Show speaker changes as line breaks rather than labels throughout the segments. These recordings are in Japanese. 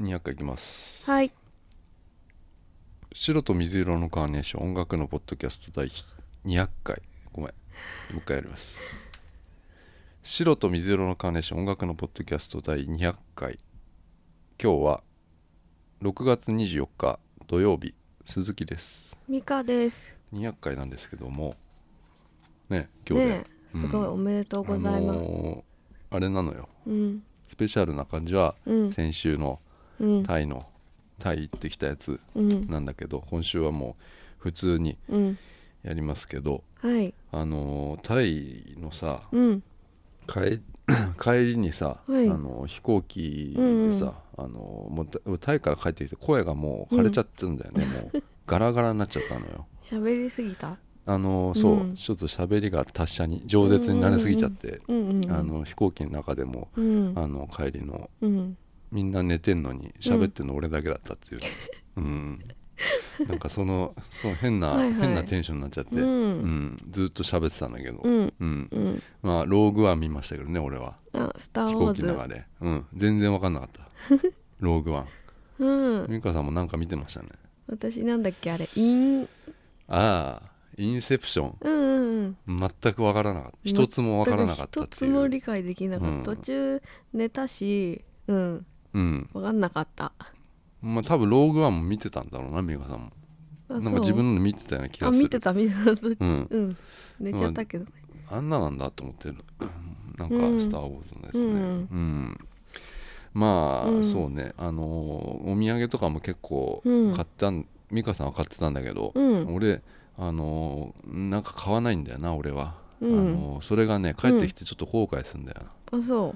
200回いきます
はい
白と水色のカーネーション音楽のポッドキャスト第200回ごめんもう一回やります白と水色のカーネーション音楽のポッドキャスト第200回今日は6月24日土曜日鈴木です
ミカです
200回なんですけどもね今日で、
ねえすごい
うん
おめでとうございます、
あのーあれなのよ
うん
スペシャルな感じは
うん
先週の
うん
タイのタイ行ってきたやつ
うん
なんだけど今週はもう普通に
うん
やりますけど
はい
あのータイのさ
うん
帰 帰りにさ、
はい
あのー飛行機でさ、あのーもうタタイから帰ってきて声がもう枯れちゃってんだよ ね、もうガラガラになっちゃったのよ
喋りすぎた
あのーそう、
うん
ちょっと喋りが達者に饒舌になれすぎちゃって、
うんうんうん
あの飛行機の中でも、
うん
あの帰りの
うん
みんな寝てんのに喋ってんの俺だけだった っていう、うんなんかそのその変な
はいはい
変なテンションになっちゃって、
うん
うんずっと喋ってたんだけど、
うん
うん
うん
まあローグワン見ましたけどね俺は
あスター
飛
ウォー
行機
ズ
の中で、うん、全然分かんなかった ローグワン
うん
美香さんもなんか見てましたね
私なんだっけあれイン
ああインセプション
うんうんうん
全く分からなかった一つも分からなかったっ
一
て
つ
いう
も理解できなかった、
うん
途中寝たしうん
うん
分かんなかった
まあ多分ローグワンも見てたんだろうな美香さんも
あ
なん
そ
か
う
自分の見てたような気
あ
がする
見てた見てたそっち
うん
うん寝ちゃったけどね
あんななんだと思ってる なんか
う
「
ん
スター・ウォーズ」のですね、
う
うんんまあ、
うん
そうねあのーお土産とかも結構
うん
買ったん、美香さんは買ってたんだけど、
うん
俺あのーなんか買わないんだよな俺は、
うん
あのーそれがね帰ってきてちょっと後悔するんだよな
あそ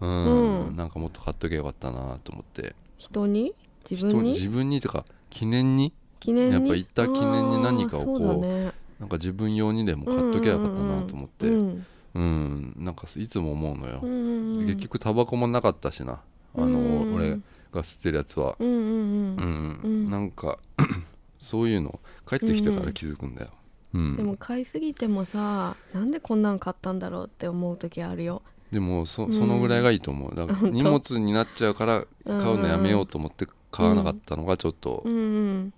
う
うん、
うん
なんかもっと買っとけばよかったなと思って
人に自
人
分に
自分にとか記念に
記念に
やっぱ行った記念に何かをこう
あーそうだね
なんか自分用にでも買っとけばよかったなと思って
う
うん
ん
なんかいつも思うのよ、
うんうんうん
結局タバコもなかったしなあ
うんうん
の俺が吸ってるやつは
うんう
う、
んうんうん
なんか そういうの帰ってきてから気づくんだよ、うん
んでも買いすぎてもさなんでこんなん買ったんだろうって思う時あるよ
でもそ
ん
そのぐらいがいいと思うだから
本当
荷物になっちゃうから買うのやめようと思って買わなかったのがちょっと
うんうん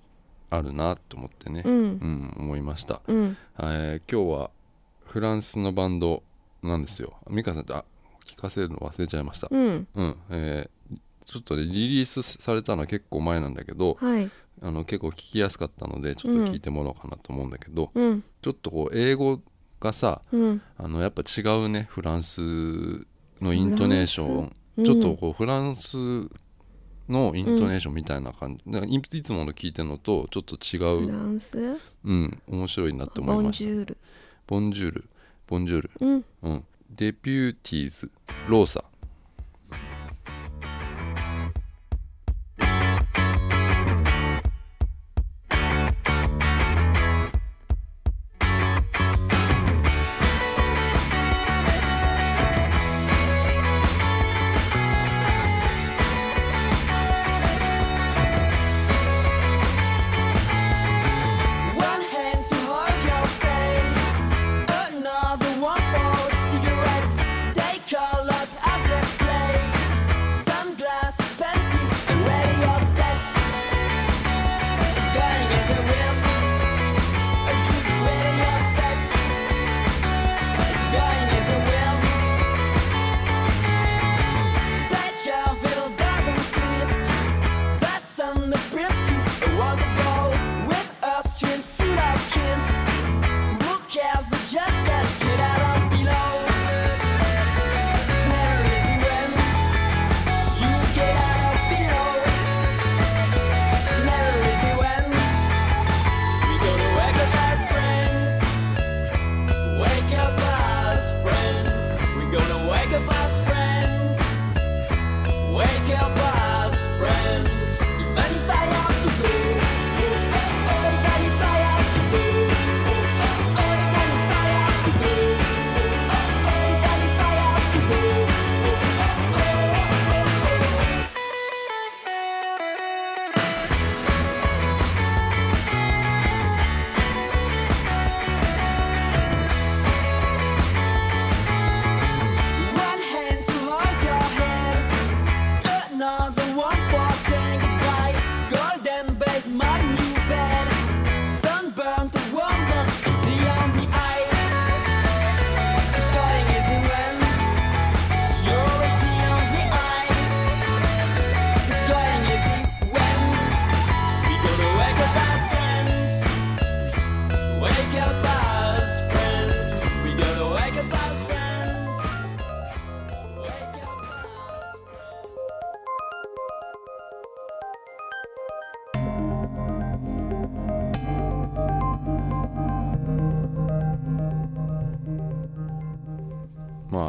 あるなと思ってね、
う
うん
ん
思いました、
うん
えー今日はフランスのバンドなんですよ美香さんってあ聞かせるの忘れちゃいました、
うん
うんえーちょっとねリリースされたのは結構前なんだけど、
はい
あの結構聞きやすかったのでちょっと聞いてもらおうかなと思うんだけど、
うん
ちょっとこう英語がさ
うん
あのやっぱ違うねフランスのイントネーシ
フラ
ョン、
うん
ちょっとこうフランスのイントネーションみたいな感じ、なんかいいつもの聞いてるのとちょっと違
フ
う、
ランス
うん、面白いなって思
ボ
い
ン
まし
ジ
た
ュール
ボンジュールボンジュール、
うん
うん、デピューティーズローサ
One hand to hide your face, another one for a cigarette. They call it other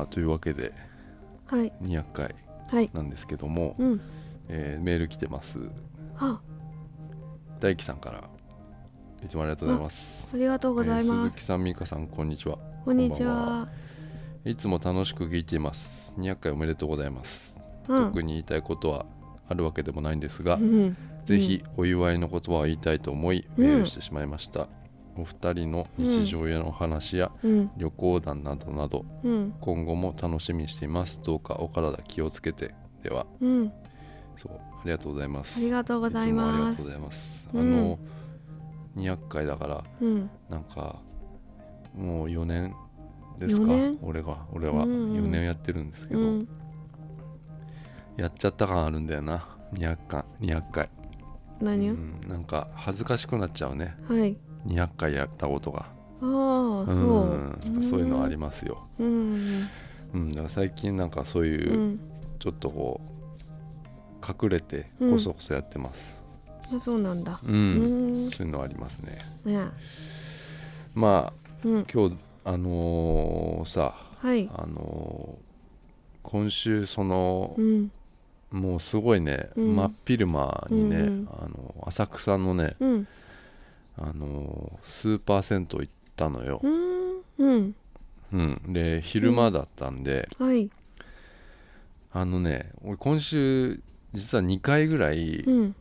というわけで
はい
200回
はい
なんですけども、
うん
えーメール来てます
あ
大輝さんからいつもありがとうございます
ありがとうござい
えー
ま
鈴
す
木さん美香さんこんにちは
こんにち
こんばん
はい
つも楽しく聞いています200回おめでとうございます、
うん
特に言いたいことはあるわけでもないんですが、
うん
ぜひお祝いの言葉を言いたいと思い
うん
メールしてしまいました、お二人の日常やの話や
うん
旅行談などなど
うん
今後も楽しみにしていますどうかお体気をつけてでは
うん
そうありがとうございます
ありがとうござい
つもあり
ま
がとうござ
す
います、
うん
あの200回だから
うん
なんかもう4年ですか
四年
俺が俺は
うんうん
4年やってるんですけ
う
ど、
ん
やっちゃった感あるんだよな200回200回
何
う
を
ん、なんか恥ずかしくなっちゃうね
はい
200回やったことが
ああそ
ん
う
そういうのあり
ま
ますよ、
すうん
うん、だから最近なんかそう
う
いう、
ん
ちょっとこう隠れて
うん
こそこそやってます
あそうなんだ
うん、
うんね
そういうのありますねまあ
うん
今日あのーさ
はい
あのー今週その
う、ん
もうすごいね、
うん
真っ昼間にね、
うんうん
あの浅草のね、
うん
あのースーパー銭湯行ったのよ
う、んうん
うん、で昼間だったんで、
はい
あのね俺今週実は2回ぐらい
うん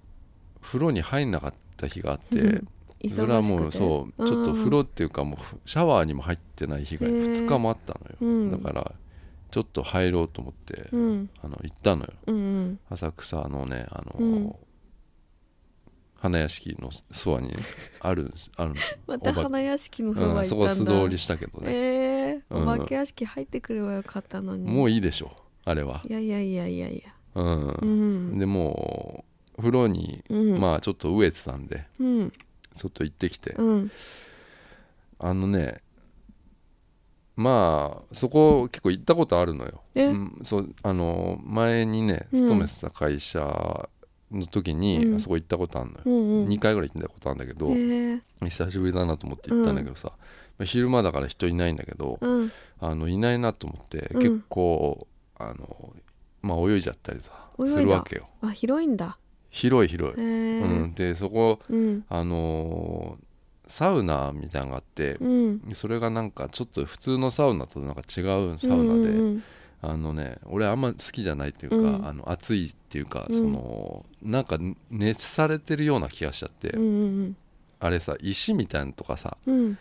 風呂に入んなかった日があって、
うん忙しくて
それはもうそうちょっと風呂っていうかもうふシャワーにも入ってない日が
へー
2日もあった
う
のよ、
ん
だからちょっと入ろうと思って、
うん
あの行ったのよ
うんうん
浅草のねあの、
うん
花屋敷のそばにあるんです ある
また
おば
花屋敷の方
う
が行ったんだ
ん、そこは素通りしたけどね、
ええ
うん
お化け屋敷入ってくればよかったのに
もう
い
いいでしょあれは、
やいやいやいやいや
うん
うん
でもう風呂に、
うん
まあちょっと飢えてたんで
うん
外行ってきて、
うん
あのねまあそこ結構行ったことあるのよ、
え
うんそうあの前にね
うん
勤めてた会社の時に、
うん
あそこ行ったことあるのよ、
うんうん
2回ぐらい行ったことあるんだけど、
ええ
久しぶりだなと思って行ったんだけどさ、まあ昼間だから人いないんだけど、
うん
あのいないなと思って
うん
結構、あのまあ泳いじゃったりさ
泳いだ
するわけよ
あ広いんだ
広い広い、
ええ
うん、でそこ
うん
あのーサウナみたいなのがあって、
うん
それがなんかちょっと普通のサウナとなんか違うサウナで、
うん
あのね俺あんま好きじゃないっていうか、
うん
あの暑いっていうか、
うん
そのなんか熱されてるような気がしちゃって、
うんうん
あれさ石みたいなのとかさ
うんうん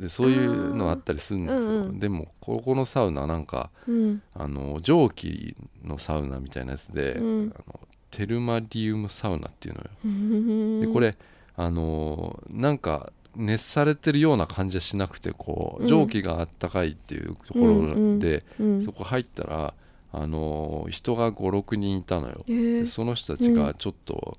でそういうのあったりするんですよ、
あーうんうん
でもここのサウナはなんか
うん
あの蒸気のサウナみたいなやつで、
うん
あのテルマリウムサウナっていうのよ、
うん
でこれあのーなんか熱されてるような感じはしなくてこ
う
うん蒸気があったかいっていうところで、
うん
そこ入ったらあのー人が56人いたのよ、
え
で
え
その人たちがちょっと、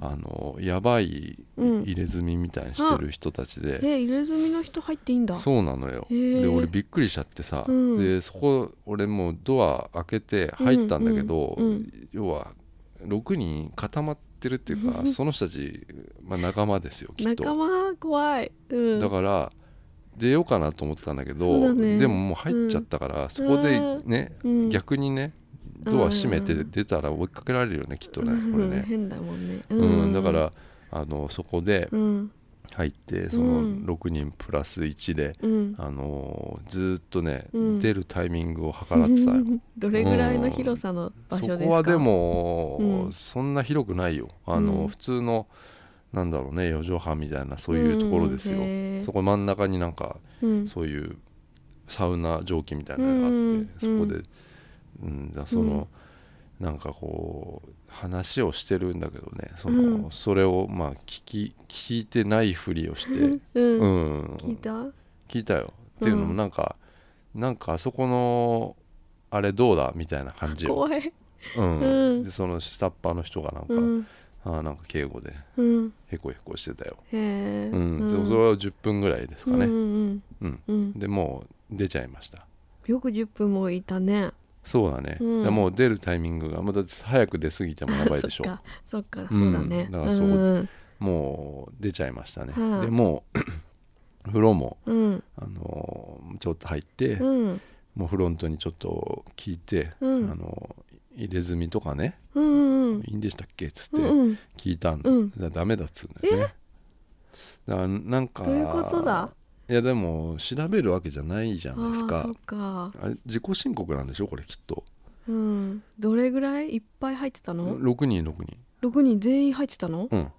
あのーやばい
うん
入れ墨みたいにしてる人たちで、
え入れ墨の人入っていいんだ
そうなのよ、
へー
で俺びっくりしちゃってさ、
うん
でそこ俺もうドア開けて入ったんだけど、
うんうんう
要は6人固まってるっていうかその人たち、まあ、仲間ですよきっと
仲間怖いうん
だから出ようかなと思ってたんだけ
そう
ど
だね
でももう入っちゃったから、そこでね、
うん
逆にねドア閉めて
うんうんうん
出たら追いかけられるよねきっとね
うん
これ
うん
ね、
変だもんね
うんだからあのそこで
うん
入ってそうの
ん
6人プラス1で、
うん
あのーずーっとね、
うん
出るタイミングを計らってたよ
どれぐらいの広さの 場
そ
所ですか、
こはでも、
うん
そんな広くないよあのー、
うん
普通のなんだろうね四畳半みたいなそういうところですよ、
うんへー
そこ真ん中になんか
うん、
そういうサウナ蒸気みたいなのがあって、
うん
そこで、うん、だその、なんかこう話をしてるんだけどねその、
うん
それをまあ聞き聞いてないふりをして
うん
うん
聞いた
聞いたよっていうのも
うん
なんか、なんかあそこのあれどうだみたいな感じよ、
怖い、
うん
うん
でその下っ端の人がなんか、
うん
あーなんか敬語で
うん、
へこへこしてたよ、
へえ、
うんそそれは10分ぐらいですか
うん
ね、
うん
うん
うん
でもう出ちゃいました
よく10分もいたね
そうだね、
うん
でもう出るタイミングがもうだって早く出過ぎてもやばいでしょ
そっか そっか、
うん
そうだね
だからそこ
うん
もう出ちゃいましたね、
はい
でもう 風呂も、
うん
あのーちょっと入って、
うん
もうフロントにちょっと聞いて、
うん
あの入れ墨とかね、
うんうん
いいんでしたっけっつって
うんうん
聞いたんだ、
うん
だダメだっつうんだよねだからなんか
どういうことだ
いやでも調べるわけじゃないじゃ
あ
ないです
ー
か
そっか
あれ自己申告なんでしょこれきっと
うんどれぐらいいっぱい入ってたの
6人6人
6人全員入ってたの
うん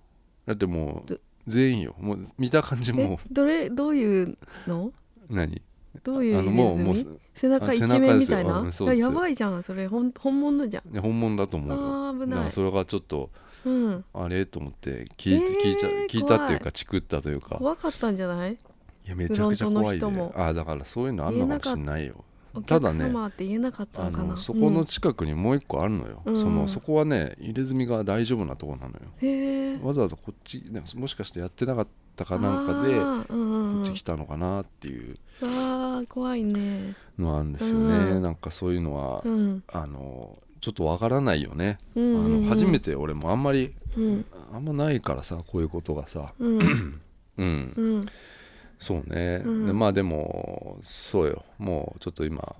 だってもう
ど
全員よもう見た感じも
えどれどういうの
う何
どう
あ
いう
のもうも
入
う
れ
す
墨背中
あ背
一
中
面
で
み
すよ
たいな
うんそうですよ
やばいじゃんそれほん本物じゃん
いや本物だと思うよ
あー危
だか
な
ら
い
それがちょっと
うん
あれと思って聞いて、
えー
聞いちゃ聞いたっていうかチクったというか
怖かったんじゃない
いやめちゃくちゃ
フロント
怖
の
いで
人も
あだからそういうのあんのかもしれないよ
お
た
客
だね
様って言えなかった
あ
のかな
のそこの近くにもう一個あるのよ、
うん
そ
うん
のそこはね入れ墨が大丈夫なとこなのよ
うんへえ
わざわざこっちねもしかしてやってなかったかなんかでこ
あーうんうんうん
っち来たのかなっていう
あー怖いね
のはあるんですよね、
うん
なんかそういうのは、
うん
あのちょっとわからないよね、
うんうんうん
あの初めて俺もあんまり
うん
あんまないからさこういうことがさ
うん
うん
うん
そうね、
うん
でまあでもそうよもうちょっと 今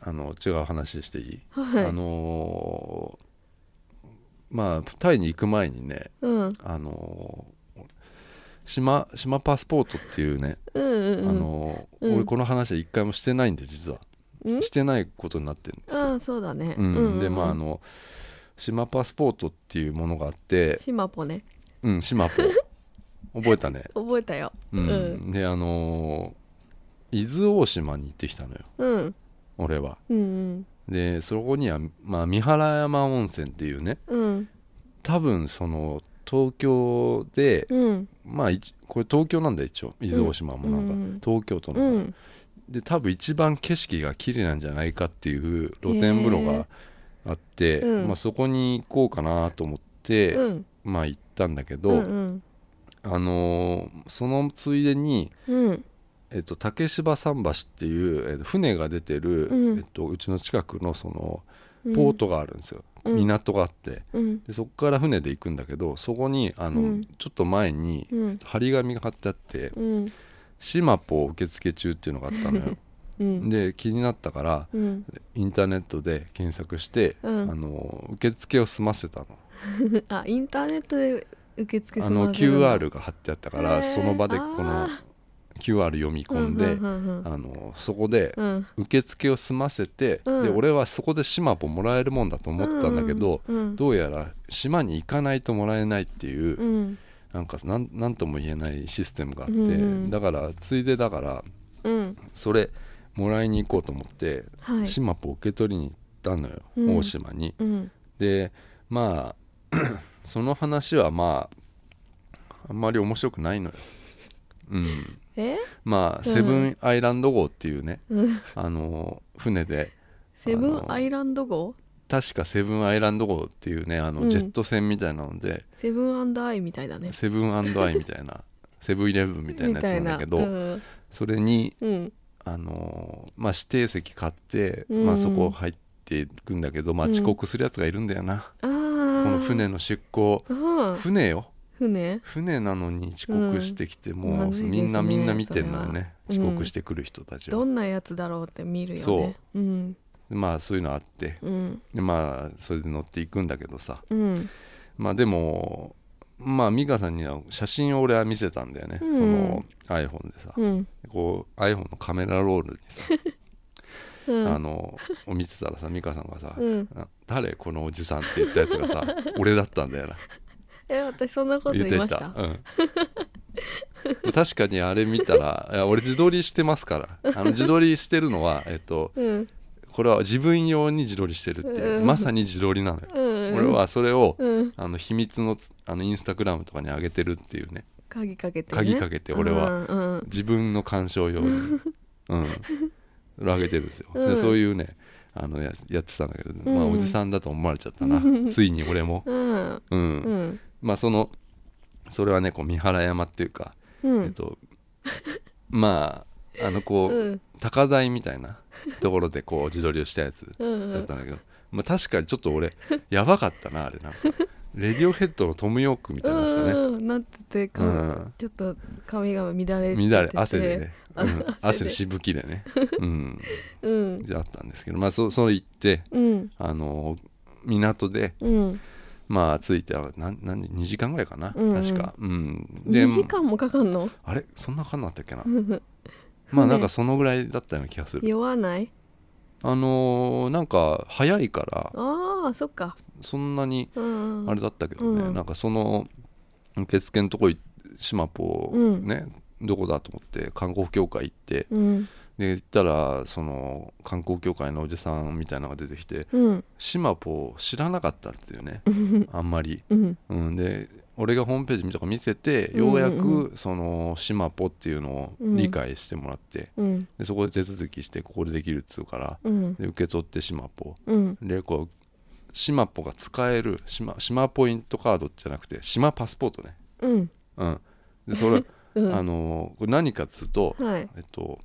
あの違う話していい、
はい
あのーまあタイに行く前にね
うん
あのー島島パスポートっていうね、
うんうん
あのー
うん
俺この話は一回もしてないんで実は
うん
してないことになってるんですよ
あ、あそうだね
うん
うんうん
でまああの島パスポートっていうものがあって、
シマポね
うん、島 ポ覚えたね
覚えたよう
うん、
ん
であのー伊豆大島に行ってきたのよ
うん
俺は
うん
でそこには、まあ、三原山温泉っていうね
うん
多分その東京で、
うん
まあ一これ東京なんだよ一応伊豆大島もなんか、
うん
東京都の、
うん
で多分一番景色が綺麗なんじゃないかっていう露天風呂があって、
うん
まあ、そこに行こうかなと思って、
うん
まあ行ったんだけど、
うん
あのーそのついでに、
うん
えっと、竹芝桟橋っていう、えっと、船が出てる、
うん
えっと、うちの近くのその
うん
ポートがあるんですよ、
うん
港があって
うん
でそこから船で行くんだけどそこにあの、
うん
ちょっと前に、
うん
張り紙が貼ってあって
うん
「島ポ受付中」っていうのがあったのよ
うん
で気になったから
うん
インターネットで検索して、
うん
あの受付を済ませたの
あインターネットで受付
あ
済
の
ませるんだ
QR が貼ってあったか
へー
らその場でこ
あ
の
ー
QR 読み込んで、
うんうん
あのそこで
うんうん
受付を済ませて、
うん
で俺はそこで島ポもらえるもんだと思ったんだけど、
うんうんうん
どうやら島に行かないともらえないっていう、
うん
なんかなんなんとも言えないシステムがあって、
うんうん
だからついでだから
うん
それもらいに行こうと思って、
はい
島ポ受け取りに行ったのよ、
うん
大島に。
うん
でまあ その話はまああんまり面白くないのよ。うん、
え
まあ、セブンアイランド号っていうね、
うん
あの船で
セブンアイランド号
確かセブンアイランド号っていうねあ
う
の
ん
ジェット船みたいなので、
セブンアンドアイみたいだね
セブンアイみたいなセブンイレブンみたいなやつなんだけど、
みたいな
それに、
うんうん
あのーまあ、指定席買って、
うん
まあ、そこ入っていくんだけど、まあ、
うん
遅刻するやつがいるんだよな、
あ
こ
こ
の船の出港
うん
船よ
船
船なのに遅刻してきて、
ま
もう
ずいですね
みんなみんな見てるのよね
それ
遅
は
刻してくる人たちを、
どんなやつだろうって見るよねうん
でまあそういうのあって
うん
でまあそれで乗っていくんだけどさ、
うん
まあでもまあ美香さんには写真を俺は見せたんだよね、
うん
その iPhone でさ、
うん
こう iPhone のカメラロールにさ、
うん
あのを見てたらさ美香さんがさ、
うん
あ誰このおじさん」って言ったやつが さ俺だったんだよな
え私そんなこと
言っ
言
て
い
い、
ましたた
うん、 確かにあれ見たらいや俺自撮りしてますからあの自撮りしてるのはえっと
うん
これは自分用に自撮りしてるっていう、
うん
まさに自撮りなのよ、
うん
俺はそれを、
うん
あの秘密のつあのインスタグラムとかに上げてるっていうね
鍵かけてね
鍵かけて俺は
うんうん
自分の鑑賞用に うんそれ上げてるんですよ、
う
で
ん
そういうねあのややってたんだけど、
ん
まあ、おじさんだと思われちゃった な、ついに俺も、
うん
うん
うん
まあそのそれはねこう三原山っていうか、
うん
えっと まああのこう、
うん
高台みたいなところでこう自撮りをしたやつ
うんう
だっ
ん
たんだけど、まあ、確かにちょっと俺やばかったなあれなんかレディオヘッドのトム・ヨークみたいなさね
うんなっててか、
うん
ちょっと髪が乱れてて
乱れ汗でね、うん、汗のしぶきでね、うん、
うん
じゃあったんですけどまあそそう行って
うん
あのー港で
うん
まあ着いてあなん何2時間ぐらいかな、
うんうん
確か、うん、で
2時間もかか んの
あれそんなかんなかったっけなまあなんかそのぐらいだったような気がする
酔わない
あのーなんか早いから
ああそっか
そんなに
うんうん
あれだったけどね、
うん
なんかその受付のとこい島ぽ
うん
ね、どこだと思って観光協会行って
うん
で行ったらその観光協会のおじさんみたいなのが出てきて
うん
島ぽ知らなかったっていうね
うん
あんまり、
うん
うん、で俺がホームページ見たか見せて
うん
よ
うん
う
う
や
ん
くその島ぽっていうのを理解してもらって、
うん
でそこで手続きしてここでできるっつうから
うん
で受け取って島ぽ
うん
でこう島っぽが使える島島ポイントカードじゃなくて島パスポートね
うん
うんでそれ、
うん
あのーこれ何かっつうと、
はい
えっと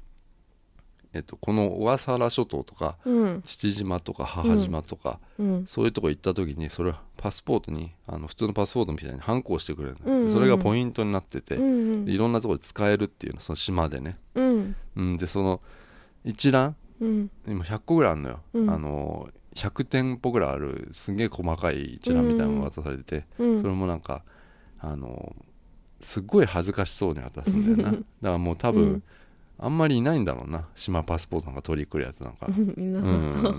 えっとこの小笠原諸島とか
うん
父島とか母島とか、
うん
そういうとこ行った時にそれはパスポートにあの普通のパスポートみたいに反抗してくれるの、
うんうんうん
それがポイントになってて、
うんうん
でいろんなところで使えるっていうのその島でね、
うん
うん、でその一覧
うん
今100個ぐらいあるのよ、
うん
あの100店舗ぐらいあるすんげえ細かい一覧みたいなのが渡されてて、
うん
それもなんかあのすっごい恥ずかしそうに渡すんだよなだからもう多分、
うん
あんまりいないんだろうな島パスポートなんか取り来るやつなんか、
うんいなさそう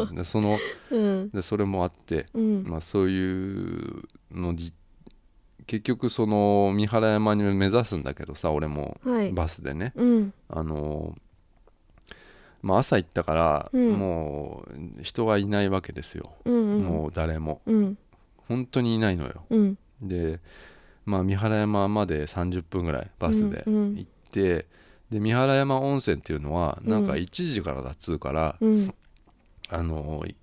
うんでその
うん
でそれもあって、
うん
まあ、そういうのじ結局その三原山に目指すんだけどさ俺も
はい
バスでね、
うん
あのまあ、朝行ったから、
うん
もう人がいないわけですよ、
うん
もう誰も
うんうん
本当にいないのよ
うん
で、まあ、三原山まで30分ぐらいバスで
うんうん
行って、で三原山温泉っていうのはなんか
うん
1時からだっつうから、
うん
あのい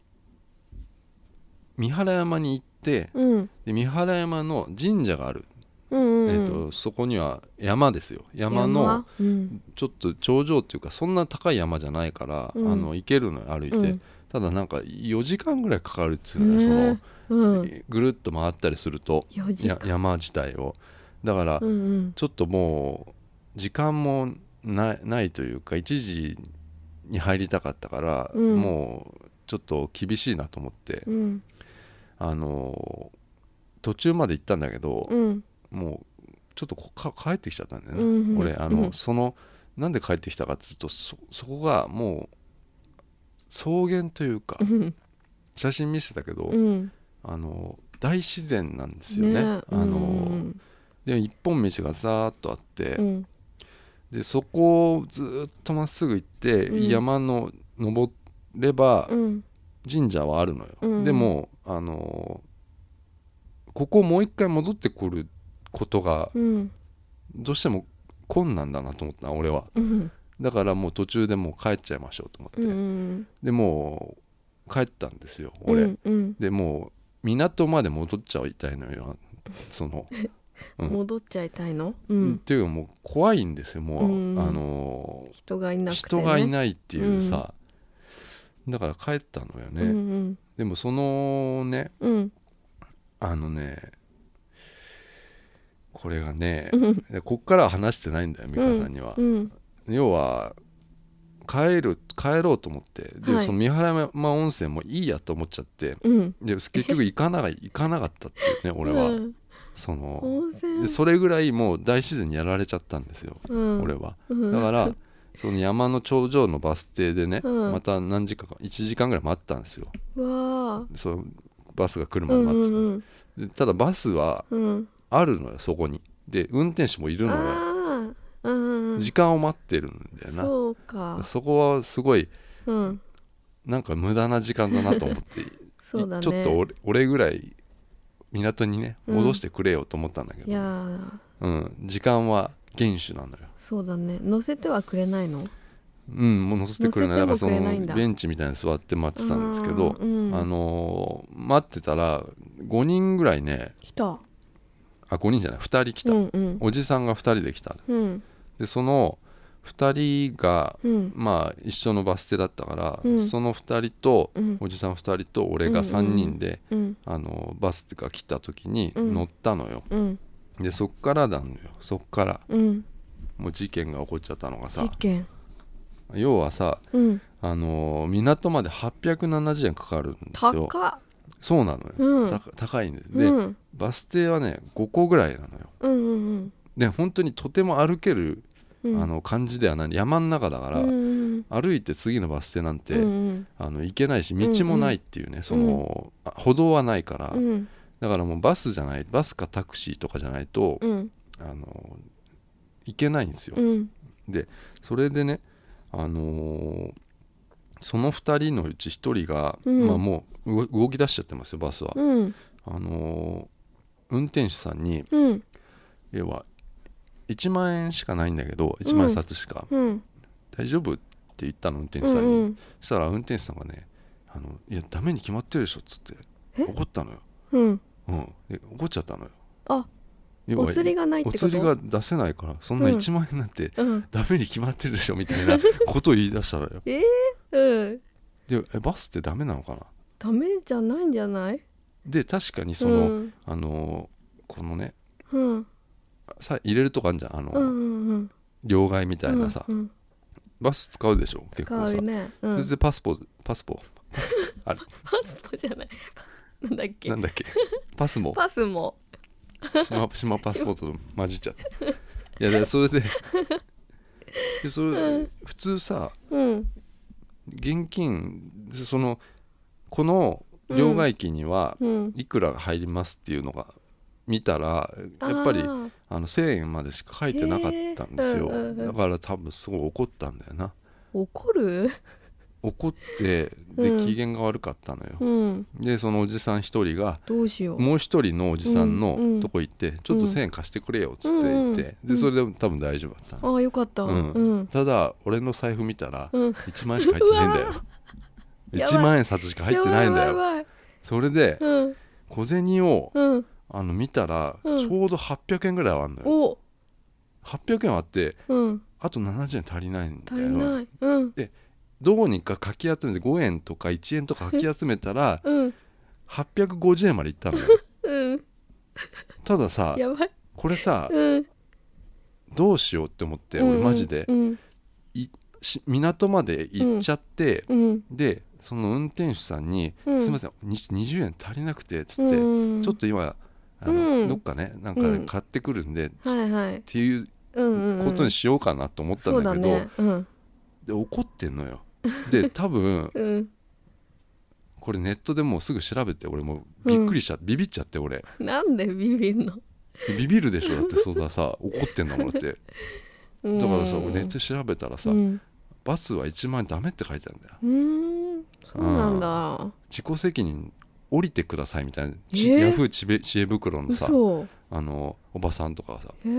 三原山に行って
うん
で三原山の神社がある、
うん
えー、とそこには山ですよ山の
山うん
ちょっと頂上っていうかそんな高い山じゃないから、
うん
あの行けるのよ歩いて、
うん
ただなんか4時間ぐらいかかるっつうのよそ
へ
の
え、うん
ぐるっと回ったりすると
4時
や
間
山自体をだから、
うんうん
ちょっともう時間もないないというか1時に入りたかったから、
うん
もうちょっと厳しいなと思って、
うん
あの途中まで行ったんだけど、
うん
もうちょっとこか帰ってきちゃったんだよね、
うんうん
俺あの、
うん
そのなんで帰ってきたかっていうとそそこがもう草原というか、
うん
写真見せてたけど、
うん
あの大自然なんですよね
ね
あの、
うん
で一本道がザーッとあって、
うん
でそこをずーっとまっすぐ行って、
うん
山の登れば
うん
神社はあるのよ、
うん
でもあのここもう一回戻ってくることが
うん
どうしても困難だなと思った俺は
うん
だからもう途中でもう帰っちゃいましょうと思って、
うん
でもう帰ったんですよ俺、
うんうん
でもう港まで戻っちゃいたいのよその、うん
戻っちゃいたいのう
っ
ん
ていうかもう怖いんですよもう、
うん
あの
人がいなくて
人がい
い
ないっていうさ、だから帰ったのよね、
うん
でもそのね
うんうん
あのねこれがね
う、ん
でこっからは話してないんだよ美香さんには、
うん
要は帰る帰ろうと思ってで、
はい
その三原山温泉もいいやと思っちゃって
うん
で結局行かなが行かなかったっていうね俺は、
うん
その
温
で
泉
それぐらいもう大自然にやられちゃったんですよ、
うん
俺は
うん
だからその山の頂上のバス停でね、
うん
また何時間か1時間ぐらい待ったんですよ
わあ
そのバスが来るま
う
で
ん
待ってて、
うん
でただバスは
うんうん
あるのよそこにで運転手もいるのよ
ああうんうん
時間を待ってるんだよな
そうか
そこはすごい
うん
なんか無駄な時間だなと思って
そうだね
ちょっと俺俺ぐらい港にね
うん
戻してくれよと思ったんだけ
い
ど、
や
うん
ー
時間は厳守なのよ
そうだね乗せてはくれないの
うんもう乗せてくれないだか
乗
ら
せ
そ
てもくれないんだ
のベンチみたいに座って待ってたんですけど
あーうん
あのー待ってたら5人ぐらいね
来た
あ5人じゃない2人来た、
うんうん
おじさんが2人で来た
うん
でその2人が
うん
まあ一緒のバス停だったから、
うん
その2人と、
うん
おじさん2人と俺が
うんうん
3人で、
うん
あのバスが来た時に
うん
乗ったのよ、
うん
でそっからなんのよそっから
うん
もう事件が起こっちゃったのがさ
事件
要はさ
うん
あのー港まで870円かかるんですよ
高っ
そうなのよ、
うん
た高いんですで、
うん
バス停はね5個ぐらいなのよ
うんうん
で本当にとても歩ける、
うん
あの感じではない山の中だから、
うんうん
歩いて次のバス停なんて、
うんうん
あの行けないし道もないっていうね、その、あ歩道はないから、
うん
だからもうバスじゃないバスかタクシーとかじゃないと、
うん
あの行けないんですよ、
うん
それでねあのーその2人のうち1人が、
うん
まあ、もうう動き出しちゃってますよバスは、
うん
あのー運転手さんに
うん
要は1万円しかないんだけど
ん
1万円札しか、
うん
大丈夫って言ったの運転手
う
さんに、
ん
そしたら運転手さんがね「あのいやダメに決まってるでしょ」っつって
え
怒ったのよ、
う
う
ん
ん、で怒っちゃったのよ
あ
要
お
は
釣りがないって
お
こと
釣りが出せないからそんな
うん
1万円なんて
うん
ダメに決まってるでしょみたい なことを言い出したのよ
えーうん
でえバスってダメなのかな
ダメじゃないんじゃない
で確かにその、
うん
あのーこのね
うん
さ入れるとこあるじゃんあの、
うんうんうん
両替みたいなさ、
うんうん
バス使うでしょ結
使
構さ、
うねう
そ
ん
れでパスポパスポ あれ
パスポじゃない なんだっけ
なんだっけパスモ
パスも
島島パスポートと混じっちゃったいやでそれででそれ、
うん
普通さ
うん
現金そのこの両替機には
うん
いくらが入りますっていうのが見たら
あー
やっぱりあの1,000円までしか書いてなかったんですよ、
へーうんうんうん
だから多分すごい怒ったんだよな
怒る
怒って
う
で
ん
機嫌が悪かったのよ、
うん
でそのおじさん一人が
どうしよう
もう一人のおじさん
うんう
の
ん
とこ行って、ちょっと1,000円貸してくれよっつって言って、
うんうん
でそれで多分大丈夫だったの、
ああよかった
うん
うん
ただ俺の財布見たら
うん
1万円しか入ってないんだ
う
よ
わやばい
1万円札しか入ってないんだ
や
よ
ばやばい
それで
うん
小銭を
うん
あの見たらち
うん
ょうど800円ぐらいはあるのよ
お
800円あって
うん
あと70円足りないんだ
足り
よ
ないうん
どうにかかき集めて5円とか1円とかかき集めたら
うん
850円までいった のよ
うん
たださ
やばい
これさ
うん
どうしようって思って
う
俺
ん
マジで
うん
し港まで行っちゃって
うん
でその運転手さんに「
うん
すいませんに20円足りなくて」っつ
う
って
ん
ちょっと今あの、
うん
どっかねなん
う
か
ん
買ってくるんで、っ
はいはい
ていう
うんうんうん
ことにしようかなと思った
そうんだ
だけど、
ねうん
で怒ってんのよ。 で多分
うん
これネットでもうすぐ調べて俺もうびっくりしちゃ、ビビっちゃって俺
なんでビビんの
ビビるでしょだってそんなさ怒ってんだもんだって
うん
だからさ俺ネットで調べたらさ、
うん
バスは1万円ダメって書いてあるんだよ
うーんそうなんだ
自己責任降りてくださいみたいな、ち
えー
ヤフー知恵知恵袋のさ
嘘
あのおばさんとかがさ
へ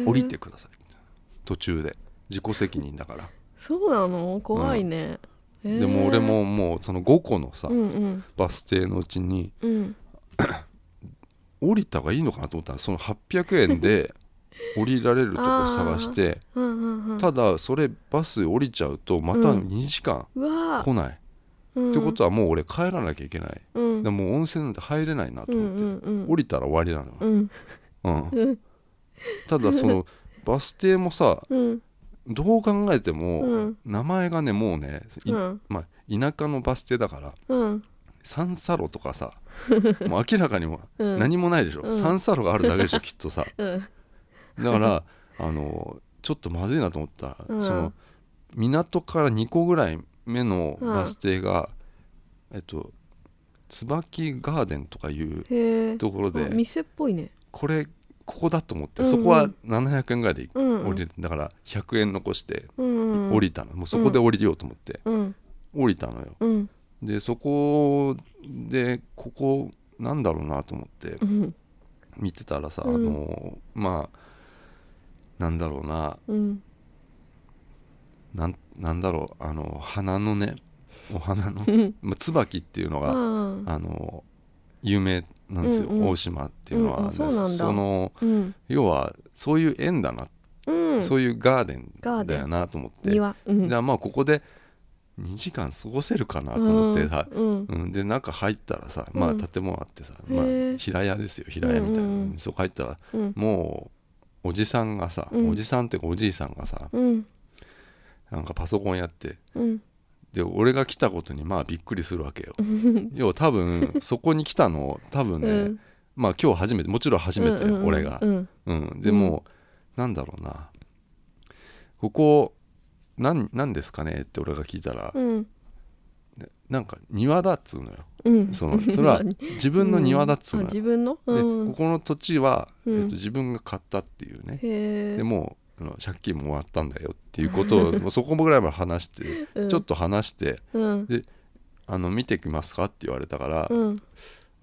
え
降りてくださいみたいな途中で自己責任だから
そうなの怖いね、へえ
でも俺ももうその5個のさ、
うんうん
バス停のうちに
うん
降りた方がいいのかなと思ったらその800円で 降りられるとこ探して
うんうんうん
ただそれバス降りちゃうとまた
うん
2時間
うわ
来ない、
ー
ってことはもう俺帰らなきゃいけない、
うん
でもう温泉なんて入れないなと
うん
思って、
うんうん
降りたら終わりなのよ、
うん
うん
うん
ただそのバス停もさ
うん
どう考えても、
うん
名前がねもうね、い
うん
まあ、田舎のバス停だから
うん
三差路とか さもう明らかにも
うん
何もないでしょ、
うん
三差路があるだけでしょきっとさ
うん
だからあのちょっとまずいなと思ったら、
うん
その港から2個ぐらい目のバス停が、えっと椿ガーデンとかいう
へえ
ところで、
あ店っぽいね
これここだと思って、
うんうん
そこは700円ぐらいで
うんうん
降りれるだから100円残して
うん
降りたの、もうそこで降りようと思って
うん
降りたのよ
うん
でそこでここなんだろうなと思って
うん
見てたらさ、
うん
あのまあなんだろうな
うん
なんなんだろうあの花のねお花 の
う、ん
まあ、椿っていうの
あ
が
ー
あの有名なんですよ、
うんうん
大島っていうのは、
うんうんそうなんだ
の
うん
要はそういう縁だなっ
うんうん
そういうガーデン
ガーデン
だよなと思って
庭うん
じゃあまあここで2時間過ごせるかなと思ってさ、
うんうん
うん、で中入ったらさ、まあ、
うん
建物あってさ、
へ
ま
ー
あ、平屋ですよ平屋みたいな、
うんうん
そこ入ったら
うん
もうおじさんがさ、
うん
おじさんっていうかおじいさんがさ
うん
なんかパソコンやって
うん
で俺が来たことにまあびっくりするわ けよ
うん
要は多分そこに来たの多分ね、
うん
まあ今日初めてもちろん初めて
うんうんうん
俺が
う、ん
うん、でも、うなんだろうなここなんなんですかねって俺が聞いたら、
うん
なんか庭だっつうのよ
うん
そのそれ は
何
自分の庭だっつう
あ
の
自
よ、
分のうん
でここの土地は、
うん
えっと、自分が買ったっていうね、
へえ
でもうあの借金も終わったんだよっていうこと をもうそこぐらいまで話して、
うん
ちょっと話して
うん
あの見てきますかって言われたから、
うん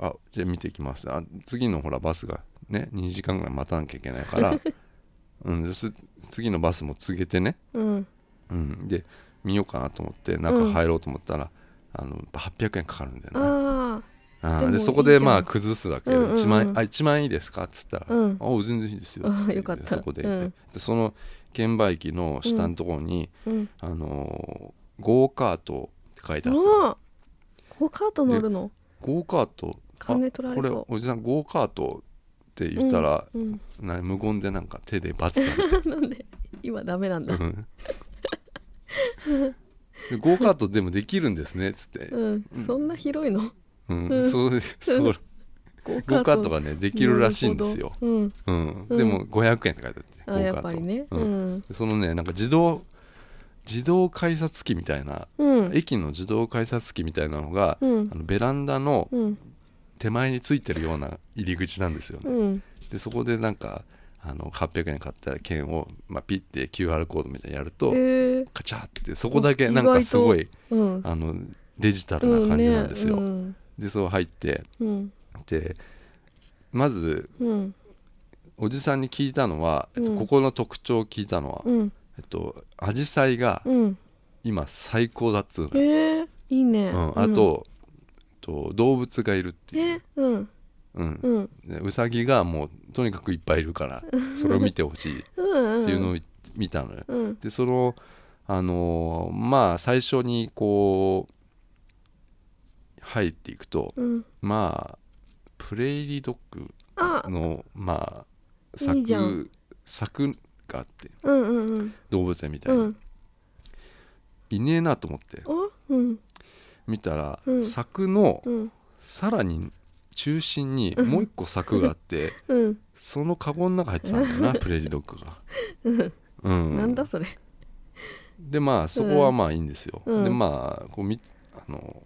あじゃあ見てきますあ次のほらバスがね2時間ぐらい待たなきゃいけない から、うん、です次のバスも告げてね、
うん
うん、で見ようかなと思って中入ろうと思ったら、あの800円かかるんだよね
あ
あー
でも
でそこ
い
で
いじゃん
まあ崩すわけよ、
うんうんうん
1万円あ1万円いいですか?」っつったら「
うん
あお全然いいですよ」
あー
つって
よかった
そこで,、
うん
でその券売機の下のところに、
あうん
あのーゴーカート」って書いてあった
おゴーカート乗るの
ゴーカートあ
金取られそ
こ
う
れおじさんゴーカートって言ったら、
うん
な無言でなんか手でバツされ
なんで今ダメなんだ
たうん でゴーカートでもできるんですねっつって、
うんそんな広いの
うん
うん
そうそうゴ
ゴー
ーカートがねで
で
きるらしいんですよ、
うん
うん
うん
でも500円って書いてあっ
あ
て
や
ゴーカ
っぱ
ート
りね
う
うんん
そのねなんか自動自動改札機みたいな、
うん
駅の自動改札機みたいなのが、
うん
あのベランダの
うん
手前についてるような入り口なんですよね、
うん
でそこでなんかあの800円買った券を、まあ、ピッて QR コードみたいにやると、
へえ
カチャってそこだけなん
意外
か
と
すごい
うん
あのデジタルな感じなんですよ、
うんね
でそう入って
うん
でまず
うん
おじさんに聞いたのは、えっと、
うん
ここの特徴を聞いたのは、
うん
えっと、アジサイが
うん
今最高だっつうのよ、
へえいいね
うんあと,、と動物がいるっていう、
えうん
うん
うん
でうさぎがもうとにかくいっぱいいる からそれを見てほしいっ
うん
ていうのを
を
見たのよ、
うん
でそのあのーまあ最初にこう入っていくと
うん
まあプレイリードッグ
あ
のまあ
いいじゃん
柵柵があって
うんうんうん
動物園みたいうに、
ん
いねえなと思って
おうん
見たら、
うん
柵の
うん
さらに中心にもう一個柵があって
うん
そのカゴの中入ってたんだよな プレイリードッグが。うん、
なんだそれ
でまあそこはまあいいんですよ、
うん
でまあこうみあの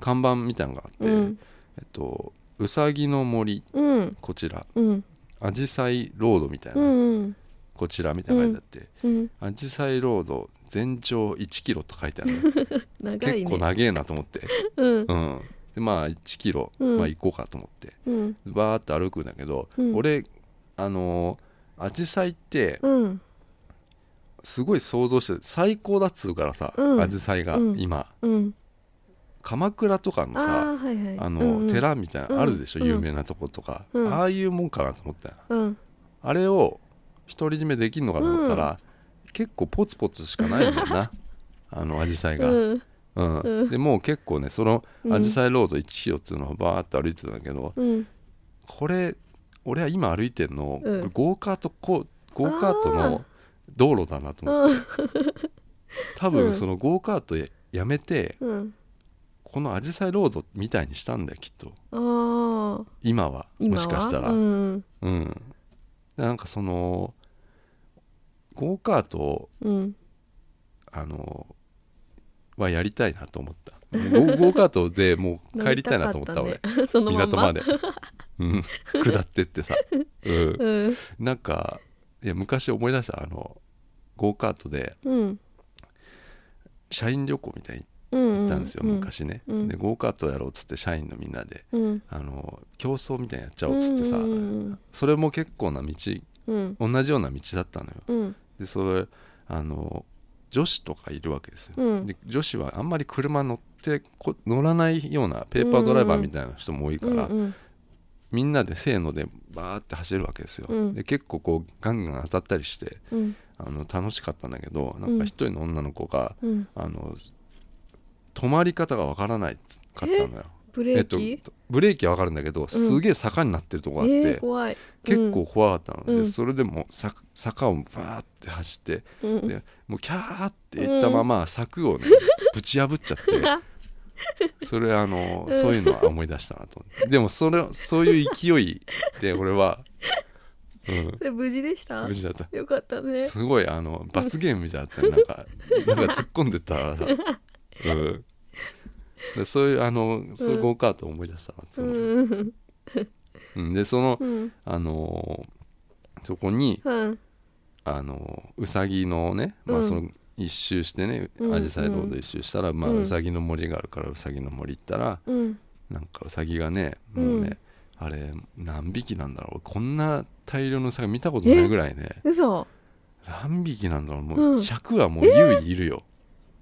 看板みたいなのがあって、
うん
えっと「うさぎの森
うん
こちら」
うん
「あじさいロード」みたいな、
うん
こちらみたいなの書いてあって
うん
「あじさいロード全長1キロ」と書いてあ るのよ
長
結
い
構
ね
長えなと思って、
うん
うん、でまあ1キロ、
うん
まあ、行こうかと思って
うん
バーって歩くんだけど、
うん
俺あのアジサイって
うん
すごい想像して最高だっつうからさ
うん
アジサイが
うん
今、
うん
鎌倉とかのさ
ああーはいはい
あ
うん
の、
うん
寺みたいなのあるでしょ、
うん
有名なとことか、
うん
ああいうもんかなと思ったよ
うん
あれを独り占めできるのかと思ったら、結構ポツポツしかないんだよな あのアジサイが、うん
うんうん
でもう結構ねその
うん
アジサイロード1キロっていうのをバーって歩いてたんだけど、
うん
これ俺は今歩いてんの、
うん
これゴーカートこうゴーカートの道路だなと思って
うん
多
うん
分そのゴーカートややめて
うん
このアジサイロードみたいにしたんだよきっと
ああ
今はも
今
し
は
かしたら。
うん
うん、なんかそのゴーカートを
うん
あのはやりたいなと思ったゴゴーカートでもう帰りたいなと思った
乗
俺
りかかね そのまん
港まで、うん、下ってってさ、うん、
うん
なんかいや昔思い出したあのゴーカートで
うん
社員旅行みたいに
うん
行ったんですよ、
うん
昔ね、
うん
でゴーカートやろうっつって社員のみんなで
うん
あの競争みたいにやっちゃおうっつってさ、
うんうん
それも結構な道
うん
同じような道だったのよ
うん
でそれあの女子とかいるわけですよ、
うん
で女子はあんまり車乗ってこ乗らないようなペーパードライバーみたいな人も多いから、
うん
みんなでせーのでバーって走るわけですよ、
うん
で結構こうガンガン当たったりして
うん
あの楽しかったんだけどなんか一人の女の子が、
うん、
あの止まり方がわからないかったのよ。
ブ
え
レ
っ
ー
と
キ、
ブレーキはわかるんだけど、すげえ坂になってるとこがあって、
えー、怖い
結構怖かったので、
うん
それでもさ坂をバーって走って
うんうん
でもうキャーっていったまま柵をね、ぶち破っちゃってそれあの、
うん
そういうのは思い出したなと思ってでもそれそういう勢いで俺は、うん
で無事でした
無事だった
よかったね
すごいあの罰ゲームみたいだったねなん かなんか突っ込んでったらさ、うん、でそういうあのそういうゴーカートを思い出したなって
う
思う、
ん
うんでその、
うん
あのそこに
うん
あのうさぎのね、
うん
まあ、その一周してね
うん
アジサイロード一周したら、まあ、
うん
うさぎの森があるからうさぎの森行ったら
うん
なんかうさぎがねもうね、あれ何匹なんだろうこんな大量のうさぎ見たことないぐらいね
嘘
何匹なんだろうも
う
うん100はもう優にいるよ。